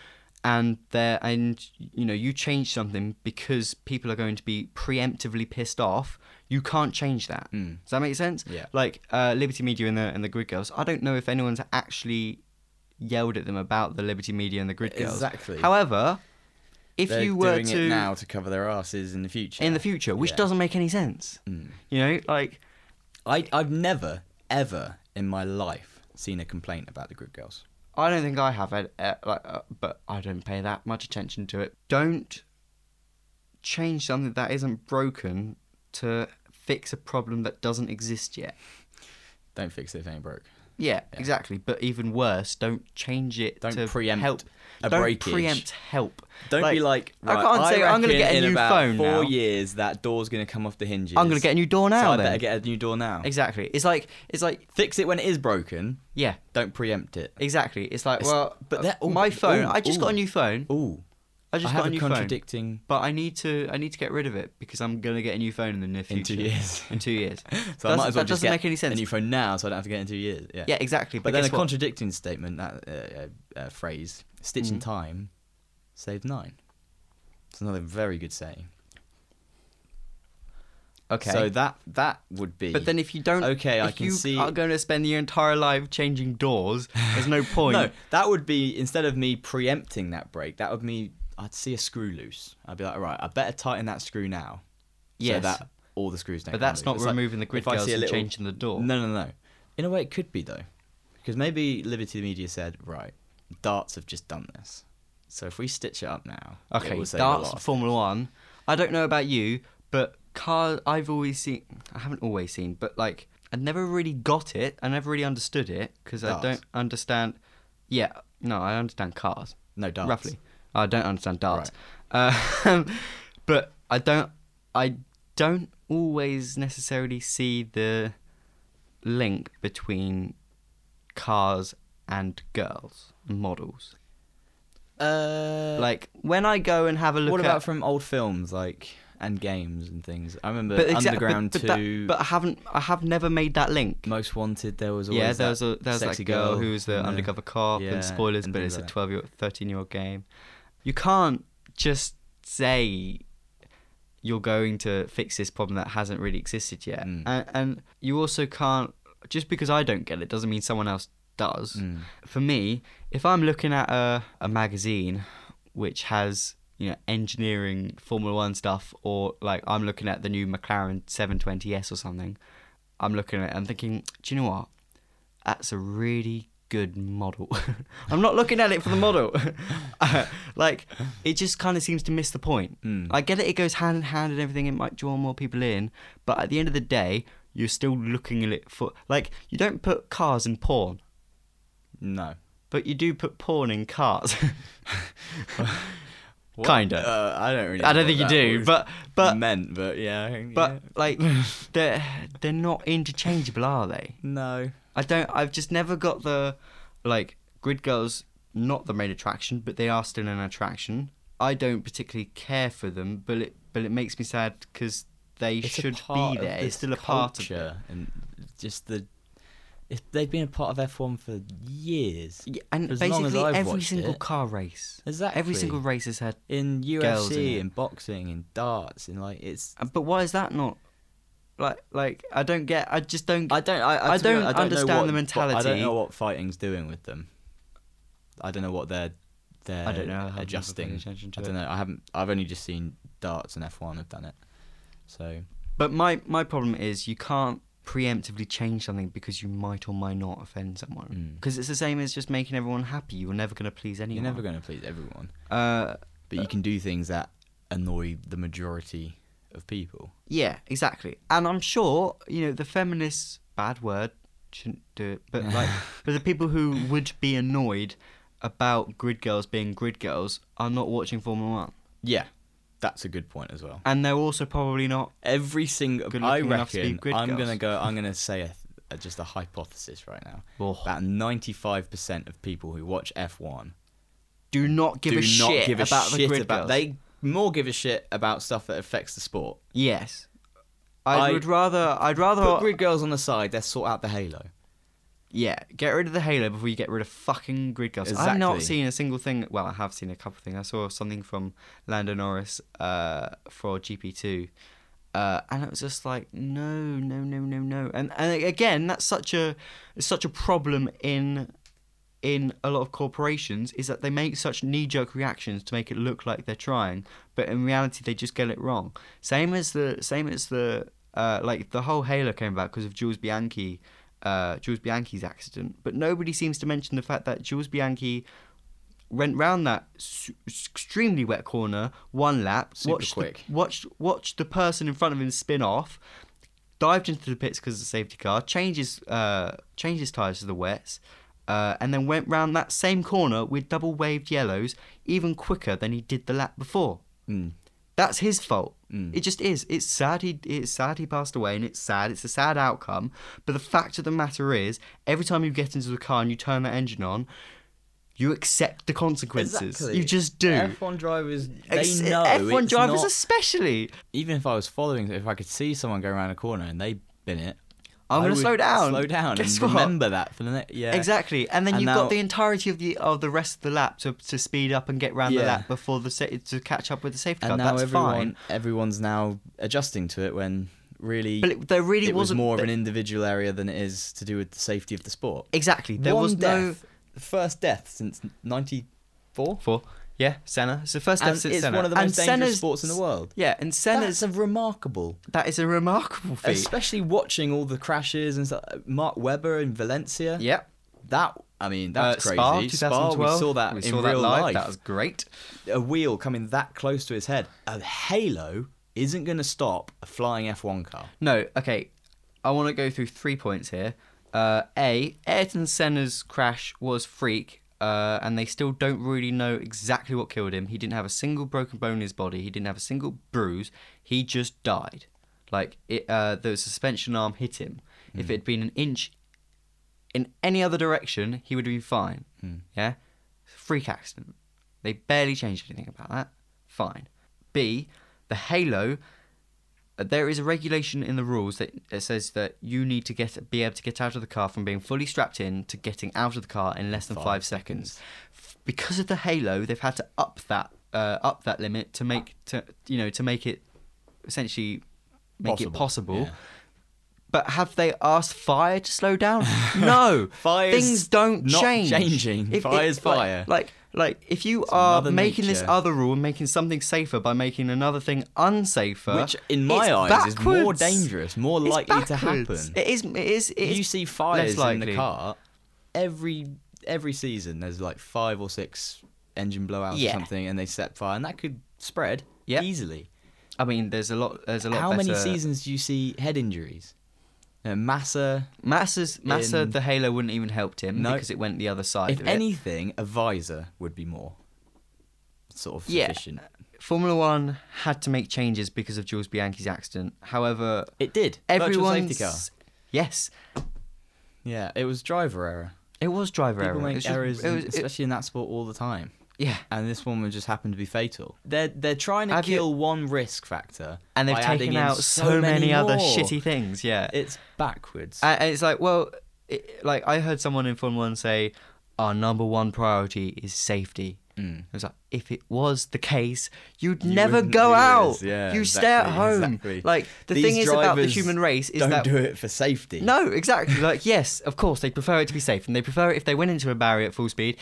[SPEAKER 1] and there and you know you change something because people are going to be preemptively pissed off, you can't change that.
[SPEAKER 2] Mm.
[SPEAKER 1] Does that make sense?
[SPEAKER 2] Yeah.
[SPEAKER 1] Like uh, Liberty Media and the and the Grid Girls. I don't know if anyone's actually yelled at them about the Liberty Media and the Grid Girls.
[SPEAKER 2] Exactly.
[SPEAKER 1] However, if
[SPEAKER 2] They're
[SPEAKER 1] you were
[SPEAKER 2] doing
[SPEAKER 1] to
[SPEAKER 2] it now to cover their asses in the future,
[SPEAKER 1] in the future, which
[SPEAKER 2] Yeah.
[SPEAKER 1] doesn't make any sense.
[SPEAKER 2] Mm.
[SPEAKER 1] You know, like
[SPEAKER 2] I I've never ever in my life seen a complaint about the group girls.
[SPEAKER 1] I don't think I have, uh, uh, like, uh, but I don't pay that much attention to it. Don't change something that isn't broken to fix a problem that doesn't exist yet.
[SPEAKER 2] Don't fix it if it ain't broke.
[SPEAKER 1] Yeah, exactly. But even worse, don't change it.
[SPEAKER 2] Don't
[SPEAKER 1] to
[SPEAKER 2] preempt
[SPEAKER 1] help.
[SPEAKER 2] a
[SPEAKER 1] don't
[SPEAKER 2] breakage.
[SPEAKER 1] preempt help.
[SPEAKER 2] Don't be like
[SPEAKER 1] I
[SPEAKER 2] right,
[SPEAKER 1] can't say I'm going to
[SPEAKER 2] reckon
[SPEAKER 1] get a
[SPEAKER 2] in
[SPEAKER 1] new
[SPEAKER 2] about
[SPEAKER 1] phone
[SPEAKER 2] Four
[SPEAKER 1] now.
[SPEAKER 2] years that door's going to come off the hinges.
[SPEAKER 1] I'm going to get a new door now.
[SPEAKER 2] So I
[SPEAKER 1] then.
[SPEAKER 2] better get a new door now.
[SPEAKER 1] exactly. It's like it's like
[SPEAKER 2] Fix it when it is broken.
[SPEAKER 1] yeah,
[SPEAKER 2] Don't preempt it.
[SPEAKER 1] exactly. It's like
[SPEAKER 2] It's-
[SPEAKER 1] well,
[SPEAKER 2] but
[SPEAKER 1] uh,
[SPEAKER 2] they're all-
[SPEAKER 1] my phone.
[SPEAKER 2] all-
[SPEAKER 1] I just got
[SPEAKER 2] all-
[SPEAKER 1] a new phone.
[SPEAKER 2] Ooh,
[SPEAKER 1] I just
[SPEAKER 2] I
[SPEAKER 1] got
[SPEAKER 2] have
[SPEAKER 1] a new
[SPEAKER 2] a
[SPEAKER 1] phone.
[SPEAKER 2] contradicting.
[SPEAKER 1] But I need to I need to get rid of it because I'm gonna get a new phone in the near future.
[SPEAKER 2] In two years.
[SPEAKER 1] In two years.
[SPEAKER 2] So I might
[SPEAKER 1] Doesn't- that
[SPEAKER 2] as well just
[SPEAKER 1] doesn't
[SPEAKER 2] get
[SPEAKER 1] make any sense.
[SPEAKER 2] a new phone now, so I don't have to get it in two years. Yeah.
[SPEAKER 1] yeah, exactly.
[SPEAKER 2] But
[SPEAKER 1] But,
[SPEAKER 2] then a
[SPEAKER 1] guess what?
[SPEAKER 2] contradicting statement, that uh, uh, uh, phrase, "Stitch in
[SPEAKER 1] Mhm.
[SPEAKER 2] time, saved nine. It's another very good saying.
[SPEAKER 1] Okay.
[SPEAKER 2] So that that would be.
[SPEAKER 1] but then if you don't
[SPEAKER 2] Okay,
[SPEAKER 1] if
[SPEAKER 2] I can
[SPEAKER 1] you
[SPEAKER 2] see-
[SPEAKER 1] are going to spend your entire life changing doors, there's no point.
[SPEAKER 2] No, that would be instead of me preempting that break, that would me. I'd see a screw loose. I'd be like, all right, I better tighten that screw now.
[SPEAKER 1] Yes.
[SPEAKER 2] So that all the screws don't.
[SPEAKER 1] but
[SPEAKER 2] come
[SPEAKER 1] that's
[SPEAKER 2] loose.
[SPEAKER 1] not
[SPEAKER 2] It's like
[SPEAKER 1] removing the grid
[SPEAKER 2] if I
[SPEAKER 1] girls
[SPEAKER 2] see a
[SPEAKER 1] and
[SPEAKER 2] little-
[SPEAKER 1] changing the door.
[SPEAKER 2] No, no, no. In a way, it could be though, because maybe Liberty Media said, right, darts have just done this. So if we stitch it up now, it
[SPEAKER 1] Okay,
[SPEAKER 2] will save a
[SPEAKER 1] darts
[SPEAKER 2] lot
[SPEAKER 1] and
[SPEAKER 2] of
[SPEAKER 1] Formula One. I don't know about you, but car I've always seen. I haven't always seen, but like I never really got it. I never really understood it because I
[SPEAKER 2] Darts.
[SPEAKER 1] don't understand. Yeah, no, I understand cars.
[SPEAKER 2] No, darts.
[SPEAKER 1] Roughly, I don't understand darts. Uh, but I don't. I don't always necessarily see the link between cars and girls and models.
[SPEAKER 2] Uh,
[SPEAKER 1] Like when I go and have a look
[SPEAKER 2] what
[SPEAKER 1] at
[SPEAKER 2] about from old films like and games and things? I remember
[SPEAKER 1] exact-
[SPEAKER 2] Underground
[SPEAKER 1] but, that-
[SPEAKER 2] Two,
[SPEAKER 1] but I haven't. I have never made that link.
[SPEAKER 2] Most Wanted. There was always
[SPEAKER 1] Yeah, there was
[SPEAKER 2] that
[SPEAKER 1] a there was that
[SPEAKER 2] sexy
[SPEAKER 1] girl, who was the
[SPEAKER 2] and
[SPEAKER 1] undercover cop
[SPEAKER 2] yeah,
[SPEAKER 1] and spoilers,
[SPEAKER 2] and
[SPEAKER 1] but
[SPEAKER 2] things
[SPEAKER 1] it's a
[SPEAKER 2] like that.
[SPEAKER 1] twelve year, thirteen year old game. You can't just say you're going to fix this problem that hasn't really existed yet,
[SPEAKER 2] Mm.
[SPEAKER 1] and, and you also can't just because I don't get it doesn't mean someone else does.
[SPEAKER 2] Mm.
[SPEAKER 1] For me, if I'm looking at a, a magazine which has you know engineering Formula One stuff, or like I'm looking at the new McLaren 720s or something, I'm looking at it and thinking, do you know what? That's a really good model. I'm not looking at it for the model. Uh, like it just kind of seems to miss the point.
[SPEAKER 2] Mm.
[SPEAKER 1] I get it; it goes hand in hand and everything. It might draw more people in, but at the end of the day, you're still looking at it for like you don't put cars in porn
[SPEAKER 2] No.
[SPEAKER 1] but you do put porn in cars. Kinda.
[SPEAKER 2] Uh, I don't really.
[SPEAKER 1] I don't
[SPEAKER 2] know
[SPEAKER 1] think you
[SPEAKER 2] what that
[SPEAKER 1] do,
[SPEAKER 2] was
[SPEAKER 1] but but
[SPEAKER 2] meant, but yeah. I think-
[SPEAKER 1] but
[SPEAKER 2] yeah.
[SPEAKER 1] like they're they're not interchangeable, are they?
[SPEAKER 2] no.
[SPEAKER 1] I don't. I've just never got the like grid girls. Not the main attraction, but they are still an attraction. I don't particularly care for them, but it but it makes me sad because they
[SPEAKER 2] It's a
[SPEAKER 1] should
[SPEAKER 2] part
[SPEAKER 1] be
[SPEAKER 2] of
[SPEAKER 1] there.
[SPEAKER 2] this
[SPEAKER 1] It's still a part of it.
[SPEAKER 2] culture and just the. If they've been a part of F1 for years.
[SPEAKER 1] Yeah, and
[SPEAKER 2] As long as
[SPEAKER 1] basically
[SPEAKER 2] I've
[SPEAKER 1] every
[SPEAKER 2] watched
[SPEAKER 1] single
[SPEAKER 2] it.
[SPEAKER 1] car race, every
[SPEAKER 2] Exactly.
[SPEAKER 1] single race has had.
[SPEAKER 2] in
[SPEAKER 1] girls in
[SPEAKER 2] UFC
[SPEAKER 1] it.
[SPEAKER 2] and boxing and darts and like it's.
[SPEAKER 1] But why is that not? Like like I don't get. I just don't.
[SPEAKER 2] I don't. I, I,
[SPEAKER 1] I
[SPEAKER 2] to be
[SPEAKER 1] don't
[SPEAKER 2] honest, know
[SPEAKER 1] understand
[SPEAKER 2] what-
[SPEAKER 1] the
[SPEAKER 2] I don't
[SPEAKER 1] mentality.
[SPEAKER 2] know what fighting's doing with them. I don't know what they're. They're
[SPEAKER 1] I don't know, I haven't paid
[SPEAKER 2] adjusting.
[SPEAKER 1] attention to
[SPEAKER 2] I don't
[SPEAKER 1] it.
[SPEAKER 2] know. I haven't. I've only just seen darts and F1 have done it. So
[SPEAKER 1] But my my problem is you can't preemptively change something because you might or might not offend someone.
[SPEAKER 2] Mm.
[SPEAKER 1] Because it's the same as just making everyone happy. You're never going to please anyone.
[SPEAKER 2] you're never going to please everyone,
[SPEAKER 1] Uh,
[SPEAKER 2] but you can do things that annoy the majority of people.
[SPEAKER 1] yeah, exactly. And I'm sure you know the feminists. Bad word. Shouldn't do it. But like, but the people who would be annoyed about grid girls being grid girls are not watching Formula One.
[SPEAKER 2] Yeah. That's a good point as well.
[SPEAKER 1] and they're also probably not.
[SPEAKER 2] Every single,
[SPEAKER 1] Good
[SPEAKER 2] I
[SPEAKER 1] looking enough to be
[SPEAKER 2] reckon.
[SPEAKER 1] good
[SPEAKER 2] I'm gonna
[SPEAKER 1] girls.
[SPEAKER 2] go. I'm gonna say a, a, just a hypothesis right now.
[SPEAKER 1] Oh.
[SPEAKER 2] About 95% of people who watch F1
[SPEAKER 1] Do not give
[SPEAKER 2] do
[SPEAKER 1] a
[SPEAKER 2] not
[SPEAKER 1] shit
[SPEAKER 2] give a
[SPEAKER 1] about
[SPEAKER 2] shit
[SPEAKER 1] the grid girls.
[SPEAKER 2] about. They more give a shit about stuff that affects the sport.
[SPEAKER 1] Yes, I,
[SPEAKER 2] I-
[SPEAKER 1] would rather. I'd
[SPEAKER 2] Put
[SPEAKER 1] rather.
[SPEAKER 2] grid girls on the side. They'll sort out the halo.
[SPEAKER 1] yeah, get rid of the Halo before you get rid of fucking grid girls. I've not
[SPEAKER 2] Exactly.
[SPEAKER 1] seen a single thing. Well, I have seen a couple of things. I saw something from Lando Norris uh, for GP two, uh, and it was just like no, no, no, no, no. And and again, that's such a it's such a problem in in a lot of corporations is that they make such knee jerk reactions to make it look like they're trying, but in reality they just get it wrong. Same as the same as the uh, like the whole Halo came about because of Jules Bianchi, uh, Jules Bianchi's accident, but nobody seems to mention the fact that Jules Bianchi went round that s- extremely wet corner one lap,
[SPEAKER 2] Super
[SPEAKER 1] watched the-
[SPEAKER 2] quick.
[SPEAKER 1] watched watched the person in front of him spin off, dived into the pits because of the safety car, changes uh, changed his tyres to the wets, uh, and then went round that same corner with double waved yellows even quicker than he did the lap before.
[SPEAKER 2] Mm.
[SPEAKER 1] That's his fault.
[SPEAKER 2] Mm.
[SPEAKER 1] It just is. It's sad. He it's sad he passed away, and it's sad. It's a sad outcome. But the fact of the matter is, every time you get into the car and you turn that engine on, you accept the consequences. You just do.
[SPEAKER 2] F1 drivers, they
[SPEAKER 1] Ex-
[SPEAKER 2] know.
[SPEAKER 1] F1
[SPEAKER 2] it's
[SPEAKER 1] drivers,
[SPEAKER 2] not-
[SPEAKER 1] especially.
[SPEAKER 2] even if I was following, if I could see someone go around a corner and they bin it,
[SPEAKER 1] I'm
[SPEAKER 2] I
[SPEAKER 1] gonna
[SPEAKER 2] would
[SPEAKER 1] slow down.
[SPEAKER 2] slow down,
[SPEAKER 1] Guess
[SPEAKER 2] and
[SPEAKER 1] what?
[SPEAKER 2] remember that for the next. Yeah,
[SPEAKER 1] Exactly, and then
[SPEAKER 2] And
[SPEAKER 1] you've
[SPEAKER 2] now-
[SPEAKER 1] got the entirety of the of the rest of the lap to, to speed up and get round
[SPEAKER 2] Yeah.
[SPEAKER 1] the lap before the sa- to catch up with the safety car.
[SPEAKER 2] And now
[SPEAKER 1] That's
[SPEAKER 2] everyone,
[SPEAKER 1] fine,
[SPEAKER 2] everyone's now adjusting to it when really.
[SPEAKER 1] but it, there really
[SPEAKER 2] it was
[SPEAKER 1] wasn't
[SPEAKER 2] more of
[SPEAKER 1] th-
[SPEAKER 2] an individual area than it is to do with the safety of the sport.
[SPEAKER 1] exactly. There
[SPEAKER 2] One
[SPEAKER 1] was no
[SPEAKER 2] death, the first death since '94.
[SPEAKER 1] Four. Yeah, Senna. It's the first
[SPEAKER 2] And
[SPEAKER 1] death
[SPEAKER 2] it's
[SPEAKER 1] since Senna.
[SPEAKER 2] one of the most
[SPEAKER 1] and
[SPEAKER 2] dangerous
[SPEAKER 1] Senna's-
[SPEAKER 2] sports in the world.
[SPEAKER 1] Yeah, and Senna's
[SPEAKER 2] That's a remarkable,
[SPEAKER 1] that is a remarkable feat.
[SPEAKER 2] especially watching all the crashes and stuff. uh, Mark Webber in Valencia.
[SPEAKER 1] yep.
[SPEAKER 2] That I mean, that's
[SPEAKER 1] Uh,
[SPEAKER 2] crazy.
[SPEAKER 1] Spa,
[SPEAKER 2] Spa,
[SPEAKER 1] 2012.
[SPEAKER 2] we saw that
[SPEAKER 1] We
[SPEAKER 2] in
[SPEAKER 1] saw
[SPEAKER 2] real
[SPEAKER 1] that live.
[SPEAKER 2] life.
[SPEAKER 1] That was great.
[SPEAKER 2] A wheel coming that close to his head. A halo isn't going to stop a flying F1 car.
[SPEAKER 1] No, okay. I want to go through three points here. Uh, a, Ayrton Senna's crash was freak, uh, and they still don't really know exactly what killed him. He didn't have a single broken bone in his body. He didn't have a single bruise. He just died. Like it, uh, the suspension arm hit him. If it had been an inch in any other direction, he would have been fine. Yeah? Freak accident. They barely changed anything about that. Fine. B, the halo. uh, There is a regulation in the rules that, that says that you need to get be able to get out of the car from being fully strapped in to getting out of the car in less than
[SPEAKER 2] Five
[SPEAKER 1] five, seconds. F- Because of the halo, they've had to up that uh, up that limit to make to you know to make it essentially make it
[SPEAKER 2] Possible,
[SPEAKER 1] possible.
[SPEAKER 2] yeah.
[SPEAKER 1] But have they asked fire to slow down? No.
[SPEAKER 2] Fire's
[SPEAKER 1] Things don't
[SPEAKER 2] not
[SPEAKER 1] change.
[SPEAKER 2] changing. Fire's
[SPEAKER 1] like-
[SPEAKER 2] fire.
[SPEAKER 1] Like, like, if you are
[SPEAKER 2] Mother
[SPEAKER 1] making this
[SPEAKER 2] Nature.
[SPEAKER 1] other rule and making something safer by making another thing unsafer,
[SPEAKER 2] Which, in my
[SPEAKER 1] it's
[SPEAKER 2] eyes, is more
[SPEAKER 1] backwards.
[SPEAKER 2] dangerous, more
[SPEAKER 1] It's
[SPEAKER 2] likely to
[SPEAKER 1] backwards.
[SPEAKER 2] happen.
[SPEAKER 1] It is. It is. It is
[SPEAKER 2] you see fires
[SPEAKER 1] less
[SPEAKER 2] in the
[SPEAKER 1] likely.
[SPEAKER 2] car every every season. There's like five or six engine blowouts or
[SPEAKER 1] Yeah.
[SPEAKER 2] something, and they set fire, and that could spread
[SPEAKER 1] Yep.
[SPEAKER 2] easily.
[SPEAKER 1] I mean, there's a lot. There's a lot.
[SPEAKER 2] How many
[SPEAKER 1] better-
[SPEAKER 2] seasons do you see head injuries? Uh, Massa.
[SPEAKER 1] Massa's Massa
[SPEAKER 2] in-
[SPEAKER 1] the Halo wouldn't even helped him
[SPEAKER 2] No.
[SPEAKER 1] because it went the other side.
[SPEAKER 2] If
[SPEAKER 1] of it.
[SPEAKER 2] anything, a visor would be more sort of
[SPEAKER 1] Yeah.
[SPEAKER 2] sufficient.
[SPEAKER 1] Formula One had to make changes because of Jules Bianchi's accident. However,
[SPEAKER 2] It did. Virtual
[SPEAKER 1] everyone's
[SPEAKER 2] safety car.
[SPEAKER 1] yes,
[SPEAKER 2] Yeah, it was driver error.
[SPEAKER 1] it was driver
[SPEAKER 2] People
[SPEAKER 1] error.
[SPEAKER 2] make
[SPEAKER 1] It's just-
[SPEAKER 2] errors,
[SPEAKER 1] it
[SPEAKER 2] in-
[SPEAKER 1] was- it-
[SPEAKER 2] especially in that sport, all the time.
[SPEAKER 1] yeah,
[SPEAKER 2] And this one would just happen to be fatal. They're they're trying to
[SPEAKER 1] Have you-
[SPEAKER 2] kill one risk factor,
[SPEAKER 1] and they've
[SPEAKER 2] by adding
[SPEAKER 1] taken
[SPEAKER 2] in
[SPEAKER 1] out so, many, other
[SPEAKER 2] more.
[SPEAKER 1] shitty things. Yeah,
[SPEAKER 2] It's backwards.
[SPEAKER 1] and and it's like, well, it, like I heard someone in Formula One say, "Our number one priority is safety." I
[SPEAKER 2] Mm.
[SPEAKER 1] was like, if it was the case, you'd
[SPEAKER 2] You
[SPEAKER 1] never
[SPEAKER 2] wouldn't
[SPEAKER 1] go
[SPEAKER 2] do
[SPEAKER 1] out.
[SPEAKER 2] this. Yeah,
[SPEAKER 1] you stay at
[SPEAKER 2] exactly,
[SPEAKER 1] home.
[SPEAKER 2] exactly.
[SPEAKER 1] Like the
[SPEAKER 2] These
[SPEAKER 1] thing is about the
[SPEAKER 2] drivers
[SPEAKER 1] human race is
[SPEAKER 2] Don't
[SPEAKER 1] that
[SPEAKER 2] do it for safety.
[SPEAKER 1] No, exactly. Like, yes, of course, they prefer it to be safe, and they prefer it if they went into a barrier at full speed.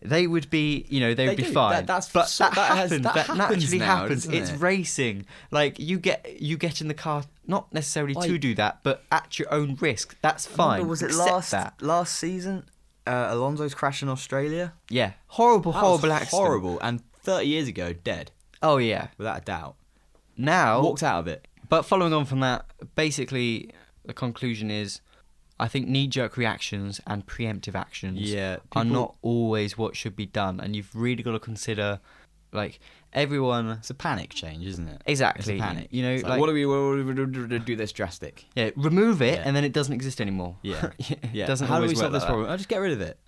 [SPEAKER 1] They would be, you know, they, would
[SPEAKER 2] They
[SPEAKER 1] be
[SPEAKER 2] do.
[SPEAKER 1] fine.
[SPEAKER 2] That- that's-
[SPEAKER 1] but
[SPEAKER 2] so-
[SPEAKER 1] that,
[SPEAKER 2] that has-
[SPEAKER 1] happens.
[SPEAKER 2] that
[SPEAKER 1] That,
[SPEAKER 2] happens
[SPEAKER 1] naturally
[SPEAKER 2] now,
[SPEAKER 1] happens.
[SPEAKER 2] doesn't
[SPEAKER 1] It's
[SPEAKER 2] it?
[SPEAKER 1] racing. Like you get you get in the car, not necessarily
[SPEAKER 2] Like-
[SPEAKER 1] to do that, but at your own risk. That's
[SPEAKER 2] Remember,
[SPEAKER 1] fine.
[SPEAKER 2] Was it
[SPEAKER 1] Accept
[SPEAKER 2] last
[SPEAKER 1] That.
[SPEAKER 2] last season? Uh, Alonso's crash in Australia.
[SPEAKER 1] Yeah, horrible,
[SPEAKER 2] That was
[SPEAKER 1] horrible accident.
[SPEAKER 2] Horrible, and 30 years ago, dead
[SPEAKER 1] Oh yeah.
[SPEAKER 2] without a doubt.
[SPEAKER 1] Now
[SPEAKER 2] Walked out of it.
[SPEAKER 1] But following on from that, basically the conclusion is I think knee jerk reactions and preemptive actions
[SPEAKER 2] Yeah,
[SPEAKER 1] are
[SPEAKER 2] people-
[SPEAKER 1] not always what should be done and you've really got to consider Like everyone,
[SPEAKER 2] It's a panic change, isn't it?
[SPEAKER 1] exactly.
[SPEAKER 2] It's a panic.
[SPEAKER 1] You know,
[SPEAKER 2] It's like,
[SPEAKER 1] like-
[SPEAKER 2] what do we, what do we do- do do- do this drastic?
[SPEAKER 1] yeah, remove it
[SPEAKER 2] Yeah.
[SPEAKER 1] and then it doesn't exist anymore.
[SPEAKER 2] Yeah.
[SPEAKER 1] it
[SPEAKER 2] Yeah.
[SPEAKER 1] doesn't
[SPEAKER 2] How do we
[SPEAKER 1] always work
[SPEAKER 2] solve this
[SPEAKER 1] like that.
[SPEAKER 2] problem? I just get rid of it.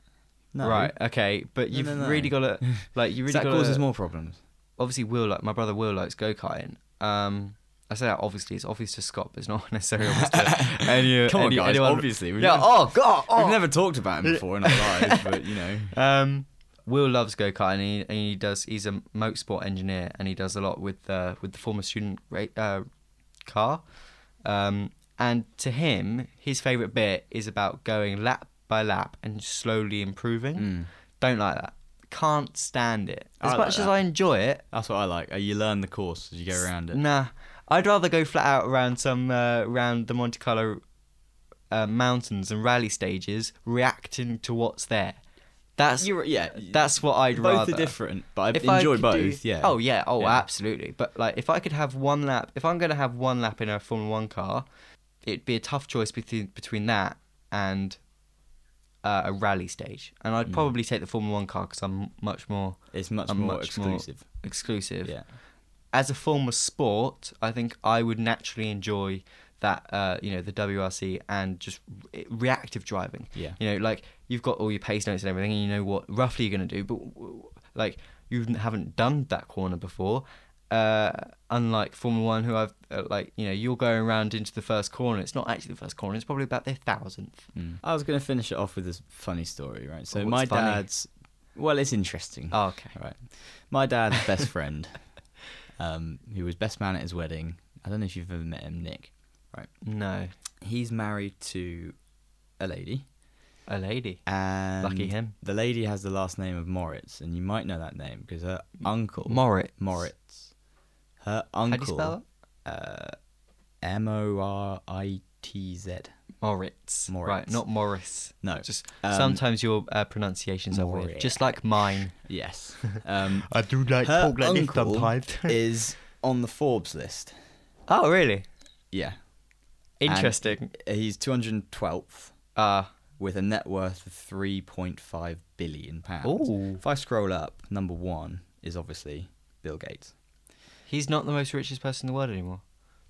[SPEAKER 2] No.
[SPEAKER 1] Right. Okay. But
[SPEAKER 2] No,
[SPEAKER 1] you've
[SPEAKER 2] no, no.
[SPEAKER 1] really got to like you really
[SPEAKER 2] that
[SPEAKER 1] got
[SPEAKER 2] causes
[SPEAKER 1] to
[SPEAKER 2] more problems.
[SPEAKER 1] obviously Will like my brother Will likes go karting. Um, I say that obviously it's obvious to Scott, but it's not necessarily obvious to any,
[SPEAKER 2] Come on,
[SPEAKER 1] any-
[SPEAKER 2] guys,
[SPEAKER 1] anyone.
[SPEAKER 2] obviously, we've
[SPEAKER 1] yeah.
[SPEAKER 2] never-
[SPEAKER 1] Oh God. Oh.
[SPEAKER 2] We've never talked about him before in our lives, but you know.
[SPEAKER 1] Um, Will loves go karting. And he, and he does. He's a motorsport engineer, and he does a lot with uh, with the former student ra- uh, car. Um, and to him, his favorite bit is about going lap by lap and slowly improving.
[SPEAKER 2] Mm.
[SPEAKER 1] Don't like that. Can't stand it.
[SPEAKER 2] I
[SPEAKER 1] As
[SPEAKER 2] like
[SPEAKER 1] much as
[SPEAKER 2] that.
[SPEAKER 1] I enjoy it,
[SPEAKER 2] That's what I like. Uh, You learn the course as you go around it.
[SPEAKER 1] nah. I'd rather go flat out around some uh, around the Monte Carlo uh, mountains and rally stages, reacting to what's there. That's
[SPEAKER 2] You're, yeah,
[SPEAKER 1] that's what I'd
[SPEAKER 2] both
[SPEAKER 1] rather.
[SPEAKER 2] are different, but I
[SPEAKER 1] If
[SPEAKER 2] enjoy
[SPEAKER 1] could
[SPEAKER 2] both.
[SPEAKER 1] do-
[SPEAKER 2] yeah.
[SPEAKER 1] Oh yeah. Oh,
[SPEAKER 2] Yeah.
[SPEAKER 1] absolutely. But like, if I could have one lap, if I'm going to have one lap in a Formula One car, it'd be a tough choice between between that and uh, a rally stage. And I'd
[SPEAKER 2] Mm.
[SPEAKER 1] probably take the Formula One car because I'm much more
[SPEAKER 2] it's much
[SPEAKER 1] I'm
[SPEAKER 2] more
[SPEAKER 1] much more-
[SPEAKER 2] exclusive.
[SPEAKER 1] exclusive.
[SPEAKER 2] Yeah,
[SPEAKER 1] As a form of sport, I think I would naturally enjoy that. Uh, you know, the WRC and just re- reactive driving.
[SPEAKER 2] yeah.
[SPEAKER 1] You know, like you've got all your pace notes and everything, and you know what roughly you're going to do, but w- w- like you haven't done that corner before. Uh, unlike Formula One, who I've uh, like, you know, you're going around into the first corner. It's not actually the first corner. It's probably about the thousandth.
[SPEAKER 2] Mm. I was going to finish it off with this funny story, right? So
[SPEAKER 1] What's
[SPEAKER 2] my
[SPEAKER 1] funny?
[SPEAKER 2] dad's. Well, it's interesting.
[SPEAKER 1] Oh, okay.
[SPEAKER 2] Right. My dad's best friend, um, who was best man at his wedding. I don't know if you've ever met him, Nick.
[SPEAKER 1] No,
[SPEAKER 2] He's married to a lady,
[SPEAKER 1] a lady.
[SPEAKER 2] and
[SPEAKER 1] Lucky him.
[SPEAKER 2] The lady has the last name of Moritz, and you might know that name because her uncle
[SPEAKER 1] Moritz.
[SPEAKER 2] Moritz. Her uncle.
[SPEAKER 1] How do you spell it?
[SPEAKER 2] uh, M O R I T Z.
[SPEAKER 1] Moritz.
[SPEAKER 2] Moritz.
[SPEAKER 1] Right, not Morris.
[SPEAKER 2] No.
[SPEAKER 1] Just
[SPEAKER 2] um,
[SPEAKER 1] sometimes your uh, pronunciations are weird,
[SPEAKER 2] Moritz.
[SPEAKER 1] just like mine.
[SPEAKER 2] Yes. Um,
[SPEAKER 1] I do like
[SPEAKER 2] her uncle is on the Forbes list.
[SPEAKER 1] oh, really?
[SPEAKER 2] Yeah.
[SPEAKER 1] Interesting.
[SPEAKER 2] He's 212th
[SPEAKER 1] Uh,
[SPEAKER 2] with a net worth of 3.5 billion pounds.
[SPEAKER 1] Ooh.
[SPEAKER 2] If I scroll up, number one is obviously Bill Gates.
[SPEAKER 1] He's not the most richest person in the world anymore.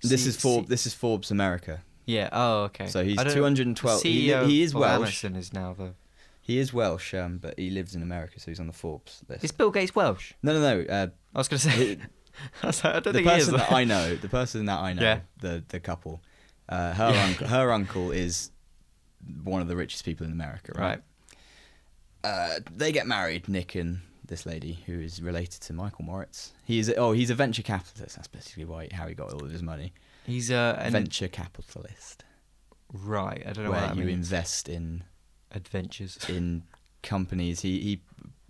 [SPEAKER 2] This
[SPEAKER 1] See-
[SPEAKER 2] is Forbes.
[SPEAKER 1] see-
[SPEAKER 2] This is Forbes America.
[SPEAKER 1] Yeah. Oh, okay.
[SPEAKER 2] So he's
[SPEAKER 1] I don't-
[SPEAKER 2] 212. He,
[SPEAKER 1] CEO
[SPEAKER 2] he is
[SPEAKER 1] E of
[SPEAKER 2] Welsh.
[SPEAKER 1] Amazon is now the.
[SPEAKER 2] He is Welsh, um, but he lives in America, so he's on the Forbes list.
[SPEAKER 1] Is Bill Gates Welsh?
[SPEAKER 2] no, no, no. Uh,
[SPEAKER 1] I was gonna say. I, was like, I don't
[SPEAKER 2] the
[SPEAKER 1] think he is.
[SPEAKER 2] person that I know, the person that I know,
[SPEAKER 1] Yeah.
[SPEAKER 2] the the couple, uh, her
[SPEAKER 1] Yeah.
[SPEAKER 2] uncle, her uncle is one of the richest people in America, right?
[SPEAKER 1] Right.
[SPEAKER 2] Uh, they get married, Nick and this lady who is related to Michael Moritz. He is oh, he's a venture capitalist. That's basically why how he got all of his money.
[SPEAKER 1] He's uh, an
[SPEAKER 2] venture capitalist,
[SPEAKER 1] right. I don't know
[SPEAKER 2] where
[SPEAKER 1] what that
[SPEAKER 2] you
[SPEAKER 1] means.
[SPEAKER 2] invest in
[SPEAKER 1] Adventures.
[SPEAKER 2] in companies. He he,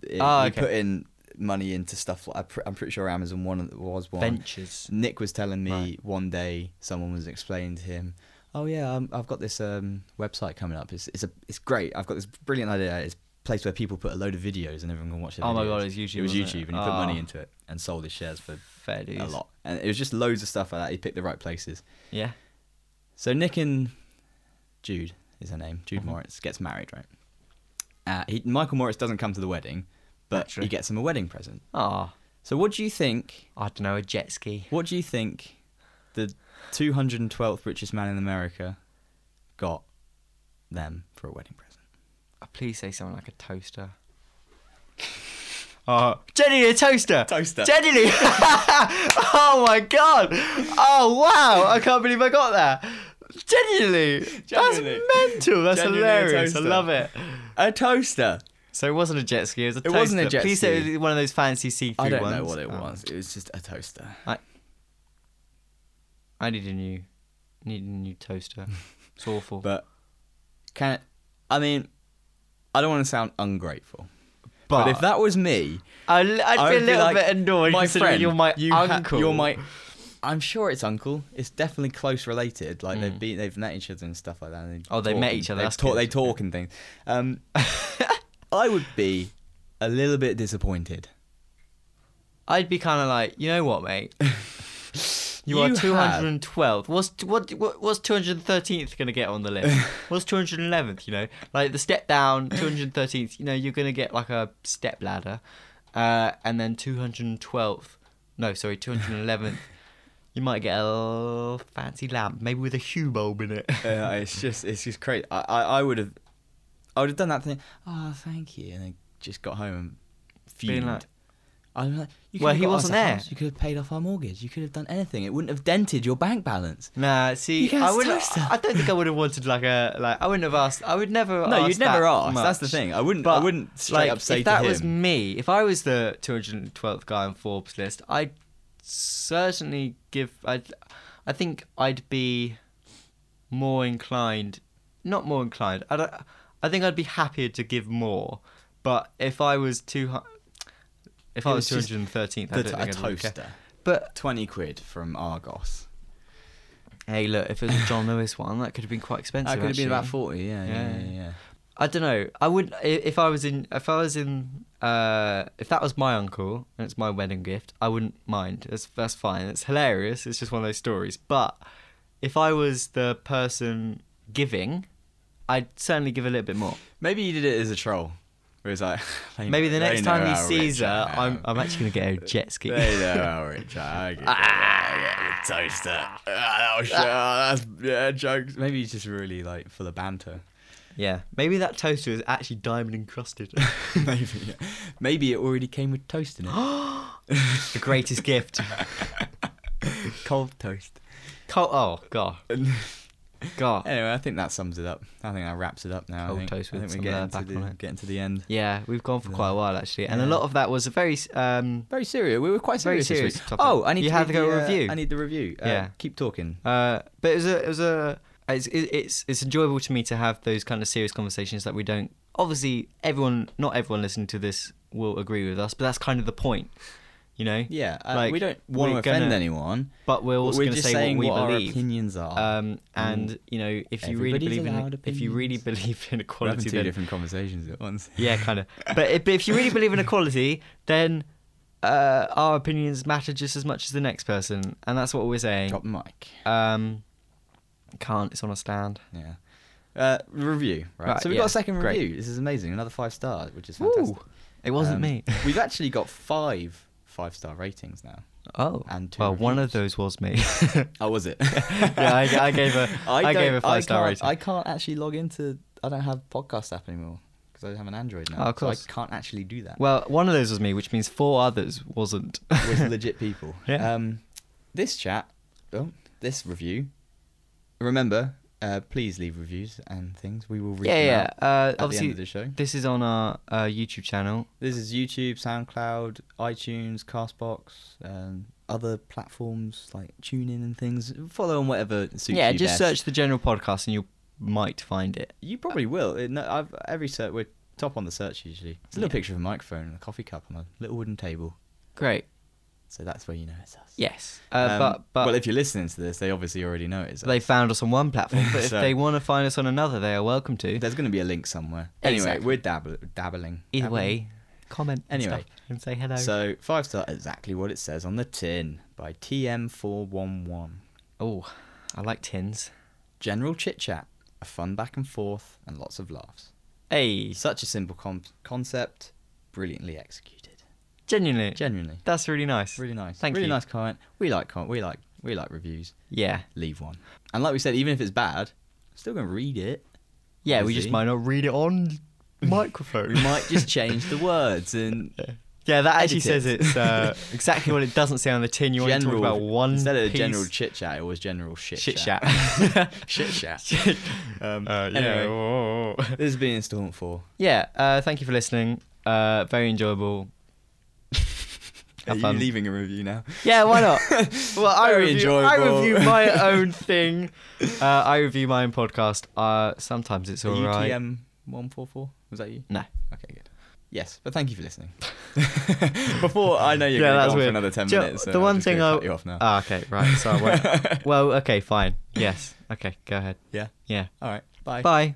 [SPEAKER 2] he
[SPEAKER 1] Ah, okay.
[SPEAKER 2] put in money into stuff like I'm pretty sure Amazon one was one.
[SPEAKER 1] Ventures.
[SPEAKER 2] Nick was telling me
[SPEAKER 1] Right.
[SPEAKER 2] one day someone was explaining to him, "Oh yeah, um, I've got this um, website coming up. It's it's a it's great. I've got this brilliant idea. It's a place where people put a load of videos and everyone can watch it.
[SPEAKER 1] Oh my God, it's YouTube,
[SPEAKER 2] It was
[SPEAKER 1] wasn't
[SPEAKER 2] YouTube,
[SPEAKER 1] it?
[SPEAKER 2] and he put money
[SPEAKER 1] Ah.
[SPEAKER 2] into it and sold his shares for
[SPEAKER 1] Fair dues.
[SPEAKER 2] a lot. And it was just loads of stuff like that. He picked the right places.
[SPEAKER 1] Yeah.
[SPEAKER 2] So Nick and Jude is her name. Jude
[SPEAKER 1] Mhm.
[SPEAKER 2] Moritz gets married, right? Uh, he, Michael Moritz doesn't come to the wedding, but
[SPEAKER 1] Naturally.
[SPEAKER 2] he gets him a wedding present.
[SPEAKER 1] Ah,
[SPEAKER 2] So what do you think
[SPEAKER 1] I don't know. A jet ski.
[SPEAKER 2] What do you think the 212th richest man in America got them for a wedding present?
[SPEAKER 1] Oh, please say something like a toaster. Uh, Jenny a toaster.
[SPEAKER 2] Toaster.
[SPEAKER 1] Jenny Lee. oh my god. Oh wow. I can't believe I got that. Genuinely.
[SPEAKER 2] Genuinely.
[SPEAKER 1] That's mental. That's
[SPEAKER 2] Genuinely a
[SPEAKER 1] hilarious. I
[SPEAKER 2] toaster.
[SPEAKER 1] love it.
[SPEAKER 2] A toaster.
[SPEAKER 1] So it wasn't a jet ski. It was a
[SPEAKER 2] It wasn't a
[SPEAKER 1] toaster.
[SPEAKER 2] jet
[SPEAKER 1] Please say
[SPEAKER 2] ski.
[SPEAKER 1] it was one of those fancy see-through
[SPEAKER 2] I don't
[SPEAKER 1] ones.
[SPEAKER 2] know what it
[SPEAKER 1] Oh.
[SPEAKER 2] was. It was just a toaster.
[SPEAKER 1] I need a new, need a new toaster. It's awful. but,
[SPEAKER 2] But can it, I mean I don't want to sound ungrateful. But, if that was me,
[SPEAKER 1] I, would
[SPEAKER 2] I
[SPEAKER 1] be a
[SPEAKER 2] would be
[SPEAKER 1] little
[SPEAKER 2] like,
[SPEAKER 1] bit annoyed
[SPEAKER 2] my
[SPEAKER 1] considering
[SPEAKER 2] friend,
[SPEAKER 1] you're my
[SPEAKER 2] you ha-
[SPEAKER 1] uncle.
[SPEAKER 2] you're my I'm sure it's uncle. It's definitely close related. Like
[SPEAKER 1] Mm.
[SPEAKER 2] they've been, they've met each other and stuff like that. and they
[SPEAKER 1] Oh, they
[SPEAKER 2] talk
[SPEAKER 1] met
[SPEAKER 2] and-
[SPEAKER 1] each other,
[SPEAKER 2] They
[SPEAKER 1] that's
[SPEAKER 2] talk. They
[SPEAKER 1] good.
[SPEAKER 2] talk and things. Um, I would be a little bit disappointed.
[SPEAKER 1] I'd be kind of like, you know what, mate? You, are
[SPEAKER 2] You have-
[SPEAKER 1] 212th. What's what? what- What's 213th going to get on the list? what's 211th? You know, like the step down, 213th. You know, you're going to get like a step ladder, Uh, and then 212th, no, sorry, 211th, you might get a little fancy lamp, maybe with a hue bulb in it.
[SPEAKER 2] Uh, it's just it's just crazy. I, I, I would have I would have done that thing. Oh, thank you, and then just got home and
[SPEAKER 1] Being
[SPEAKER 2] fumed.
[SPEAKER 1] like-
[SPEAKER 2] I'm like, you
[SPEAKER 1] Well,
[SPEAKER 2] could've
[SPEAKER 1] he
[SPEAKER 2] got us
[SPEAKER 1] wasn't
[SPEAKER 2] a
[SPEAKER 1] there.
[SPEAKER 2] house, You could have paid off our mortgage. You could have done anything. It wouldn't have dented your bank balance.
[SPEAKER 1] Nah, see,
[SPEAKER 2] You get
[SPEAKER 1] I
[SPEAKER 2] a
[SPEAKER 1] would.
[SPEAKER 2] toaster.
[SPEAKER 1] I don't think I would have wanted like a like. I wouldn't have asked. I would never.
[SPEAKER 2] No,
[SPEAKER 1] ask
[SPEAKER 2] you'd never
[SPEAKER 1] that
[SPEAKER 2] ask. That's the
[SPEAKER 1] much.
[SPEAKER 2] thing. I wouldn't. I
[SPEAKER 1] But,
[SPEAKER 2] wouldn't straight
[SPEAKER 1] like,
[SPEAKER 2] up say
[SPEAKER 1] if
[SPEAKER 2] to
[SPEAKER 1] that
[SPEAKER 2] him.
[SPEAKER 1] was me, if I was the 212th guy on Forbes list, I'd certainly give. I, I think I'd be more inclined, not more inclined. I don't, I think I'd be happier to give more. But if I was two, if I
[SPEAKER 2] It
[SPEAKER 1] was
[SPEAKER 2] was just
[SPEAKER 1] 213th, I don't
[SPEAKER 2] the t-
[SPEAKER 1] think
[SPEAKER 2] a
[SPEAKER 1] I'd really care.
[SPEAKER 2] toaster,
[SPEAKER 1] But
[SPEAKER 2] twenty quid from Argos.
[SPEAKER 1] hey, look, if it was a John Lewis one, that could have been quite expensive.
[SPEAKER 2] That could have been
[SPEAKER 1] actually.
[SPEAKER 2] about forty. Yeah, yeah,
[SPEAKER 1] Yeah.
[SPEAKER 2] yeah. yeah.
[SPEAKER 1] I don't know. I would i- if I was in if I was in uh if that was my uncle and it's my wedding gift, I wouldn't mind. That's that's fine. It's hilarious. It's just one of those stories. But if I was the person giving, I'd certainly give a little bit more.
[SPEAKER 2] Maybe you did it as a troll. Where it's like they-
[SPEAKER 1] Maybe the
[SPEAKER 2] they
[SPEAKER 1] next
[SPEAKER 2] know
[SPEAKER 1] time he
[SPEAKER 2] how
[SPEAKER 1] sees
[SPEAKER 2] rich
[SPEAKER 1] her,
[SPEAKER 2] I
[SPEAKER 1] I'm
[SPEAKER 2] am.
[SPEAKER 1] I'm actually gonna get a jet ski.
[SPEAKER 2] They know how rich I am. I get- I get the toaster. Ah, that was, ah, that's yeah, jokes. Maybe he's just really like full of banter.
[SPEAKER 1] yeah. Maybe that toaster is actually diamond encrusted.
[SPEAKER 2] Maybe, yeah. maybe it already came with toast in it.
[SPEAKER 1] the greatest gift.
[SPEAKER 2] Cold toast.
[SPEAKER 1] Cold, oh god, god.
[SPEAKER 2] Anyway, I think that sums it up. I think that wraps it up now.
[SPEAKER 1] Cold
[SPEAKER 2] I think,
[SPEAKER 1] toast
[SPEAKER 2] I
[SPEAKER 1] with
[SPEAKER 2] think
[SPEAKER 1] some
[SPEAKER 2] we're getting
[SPEAKER 1] of that
[SPEAKER 2] to,
[SPEAKER 1] back
[SPEAKER 2] the,
[SPEAKER 1] on it.
[SPEAKER 2] getting to the end.
[SPEAKER 1] Yeah, we've gone for quite a while actually, and a
[SPEAKER 2] Yeah.
[SPEAKER 1] lot of that was a very um,
[SPEAKER 2] Very serious. We were quite
[SPEAKER 1] Very
[SPEAKER 2] serious. this
[SPEAKER 1] serious
[SPEAKER 2] week.
[SPEAKER 1] topic.
[SPEAKER 2] Oh, I need
[SPEAKER 1] You
[SPEAKER 2] to
[SPEAKER 1] have to
[SPEAKER 2] read
[SPEAKER 1] go
[SPEAKER 2] the, uh,
[SPEAKER 1] review.
[SPEAKER 2] I need the review. Uh,
[SPEAKER 1] Yeah.
[SPEAKER 2] Keep talking.
[SPEAKER 1] Uh, but it was a, it was a, it's, it, it's, it's enjoyable to me to have those kind of serious conversations that we don't. Obviously, everyone, not everyone listening to this will agree with us, but that's kind of the point, you know.
[SPEAKER 2] Yeah, uh,
[SPEAKER 1] Like,
[SPEAKER 2] we don't want to
[SPEAKER 1] we're
[SPEAKER 2] offend
[SPEAKER 1] gonna-
[SPEAKER 2] anyone.
[SPEAKER 1] But we're also
[SPEAKER 2] we're
[SPEAKER 1] going to
[SPEAKER 2] just
[SPEAKER 1] say
[SPEAKER 2] saying
[SPEAKER 1] what we
[SPEAKER 2] our
[SPEAKER 1] believe.
[SPEAKER 2] opinions are. Mm.
[SPEAKER 1] um, and you know, if you really
[SPEAKER 2] Everybody's
[SPEAKER 1] believe in,
[SPEAKER 2] allowed
[SPEAKER 1] if you really
[SPEAKER 2] opinions.
[SPEAKER 1] believe in
[SPEAKER 2] we're having
[SPEAKER 1] equality,
[SPEAKER 2] two
[SPEAKER 1] then
[SPEAKER 2] different conversations at once.
[SPEAKER 1] yeah, kind of. But if, if you really believe in equality, then uh, our opinions matter just as much as the next person, and that's what we're saying.
[SPEAKER 2] Drop the mic.
[SPEAKER 1] Um, can't. It's on a stand.
[SPEAKER 2] Yeah. Uh, review, right?
[SPEAKER 1] Right,
[SPEAKER 2] so we've
[SPEAKER 1] yeah,
[SPEAKER 2] got a second
[SPEAKER 1] great.
[SPEAKER 2] review. This is amazing. Another five stars, which is
[SPEAKER 1] Woo.
[SPEAKER 2] fantastic.
[SPEAKER 1] It wasn't
[SPEAKER 2] Um,
[SPEAKER 1] me.
[SPEAKER 2] we've actually got five five star ratings now.
[SPEAKER 1] Oh,
[SPEAKER 2] and two
[SPEAKER 1] well, one of
[SPEAKER 2] reviews.
[SPEAKER 1] those was me.
[SPEAKER 2] Oh, was it?
[SPEAKER 1] Yeah, I- I gave a- I gave
[SPEAKER 2] don't-
[SPEAKER 1] a five-star
[SPEAKER 2] can't-
[SPEAKER 1] rating.
[SPEAKER 2] I can't actually log into. I don't have podcast app anymore because I have an Android now.
[SPEAKER 1] Oh, of course.
[SPEAKER 2] So I can't actually do that.
[SPEAKER 1] well, one of those was me, which means four others wasn't.
[SPEAKER 2] with legit people.
[SPEAKER 1] Yeah.
[SPEAKER 2] Um, this chat, oh, this review. Remember, uh, please leave reviews and things. We will read them
[SPEAKER 1] yeah,
[SPEAKER 2] out
[SPEAKER 1] yeah. Uh,
[SPEAKER 2] at the end
[SPEAKER 1] obviously,
[SPEAKER 2] of the show.
[SPEAKER 1] this is on our uh, YouTube channel.
[SPEAKER 2] This is YouTube, SoundCloud, iTunes, Castbox, um, other platforms like TuneIn and things. Follow on whatever suits you.
[SPEAKER 1] yeah, just
[SPEAKER 2] best.
[SPEAKER 1] search the general podcast and you might find it.
[SPEAKER 2] You probably will. It, no, I've, every search we're top on the search usually. It's a little
[SPEAKER 1] Yeah.
[SPEAKER 2] picture of a microphone and a coffee cup on a little wooden table.
[SPEAKER 1] Great.
[SPEAKER 2] So that's where you know it's us.
[SPEAKER 1] Yes. Uh,
[SPEAKER 2] Um,
[SPEAKER 1] but but
[SPEAKER 2] well, if you're listening to this, they obviously already know it's us.
[SPEAKER 1] they found us on one platform, but if
[SPEAKER 2] So-
[SPEAKER 1] they want to find us on another, they are welcome to.
[SPEAKER 2] There's going to be a link somewhere. Anyway,
[SPEAKER 1] Exactly.
[SPEAKER 2] we're dabbling. dabbling.
[SPEAKER 1] Either
[SPEAKER 2] dabbling.
[SPEAKER 1] way, comment and
[SPEAKER 2] Anyway,
[SPEAKER 1] stuff and say hello.
[SPEAKER 2] So five star, exactly what it says on the tin by TM411.
[SPEAKER 1] oh, I like tins.
[SPEAKER 2] General chit chat, a fun back and forth, and lots of laughs.
[SPEAKER 1] Hey,
[SPEAKER 2] Such a simple com- concept, brilliantly executed.
[SPEAKER 1] genuinely,
[SPEAKER 2] Genuinely,
[SPEAKER 1] that's really nice.
[SPEAKER 2] really nice.
[SPEAKER 1] Thank
[SPEAKER 2] really
[SPEAKER 1] you.
[SPEAKER 2] nice comment. We like comment. We like we like reviews.
[SPEAKER 1] Yeah.
[SPEAKER 2] Leave one. And like we said, even if it's bad, still gonna read it.
[SPEAKER 1] Yeah, we
[SPEAKER 2] Obviously.
[SPEAKER 1] just might not read it on microphone.
[SPEAKER 2] We might just change the words and
[SPEAKER 1] Yeah, that actually
[SPEAKER 2] edit
[SPEAKER 1] says
[SPEAKER 2] it.
[SPEAKER 1] it's uh, exactly what it doesn't say on the tin. You want to talk about one
[SPEAKER 2] instead of
[SPEAKER 1] piece-
[SPEAKER 2] general chit chat, it was general shit
[SPEAKER 1] shit
[SPEAKER 2] chat.
[SPEAKER 1] chat.
[SPEAKER 2] Shit chat. Um,
[SPEAKER 1] Uh, yeah.
[SPEAKER 2] anyway,
[SPEAKER 1] whoa, whoa, whoa.
[SPEAKER 2] this has been installment four.
[SPEAKER 1] Yeah. Uh, thank you for listening. Uh, very enjoyable.
[SPEAKER 2] Are
[SPEAKER 1] Have
[SPEAKER 2] you
[SPEAKER 1] fun.
[SPEAKER 2] leaving a review now?
[SPEAKER 1] Yeah, why not? Well, I
[SPEAKER 2] Very
[SPEAKER 1] review, I
[SPEAKER 2] enjoyable.
[SPEAKER 1] review my own thing. Uh, I review my own podcast. Uh, sometimes it's
[SPEAKER 2] Are
[SPEAKER 1] all
[SPEAKER 2] you
[SPEAKER 1] right.
[SPEAKER 2] TM144? Was that you?
[SPEAKER 1] No.
[SPEAKER 2] Okay, good. Yes, but thank you for listening. Before I know
[SPEAKER 1] Yeah, that's
[SPEAKER 2] you're going to go on for
[SPEAKER 1] weird.
[SPEAKER 2] another 10
[SPEAKER 1] Do you know,
[SPEAKER 2] minutes. so
[SPEAKER 1] the
[SPEAKER 2] I'm
[SPEAKER 1] one
[SPEAKER 2] just
[SPEAKER 1] thing
[SPEAKER 2] gonna
[SPEAKER 1] I-
[SPEAKER 2] cut you off now.
[SPEAKER 1] Ah, okay, right. So I won't. well, okay, fine. Yes. Okay, go ahead.
[SPEAKER 2] yeah.
[SPEAKER 1] Yeah.
[SPEAKER 2] All right. Bye.
[SPEAKER 1] Bye.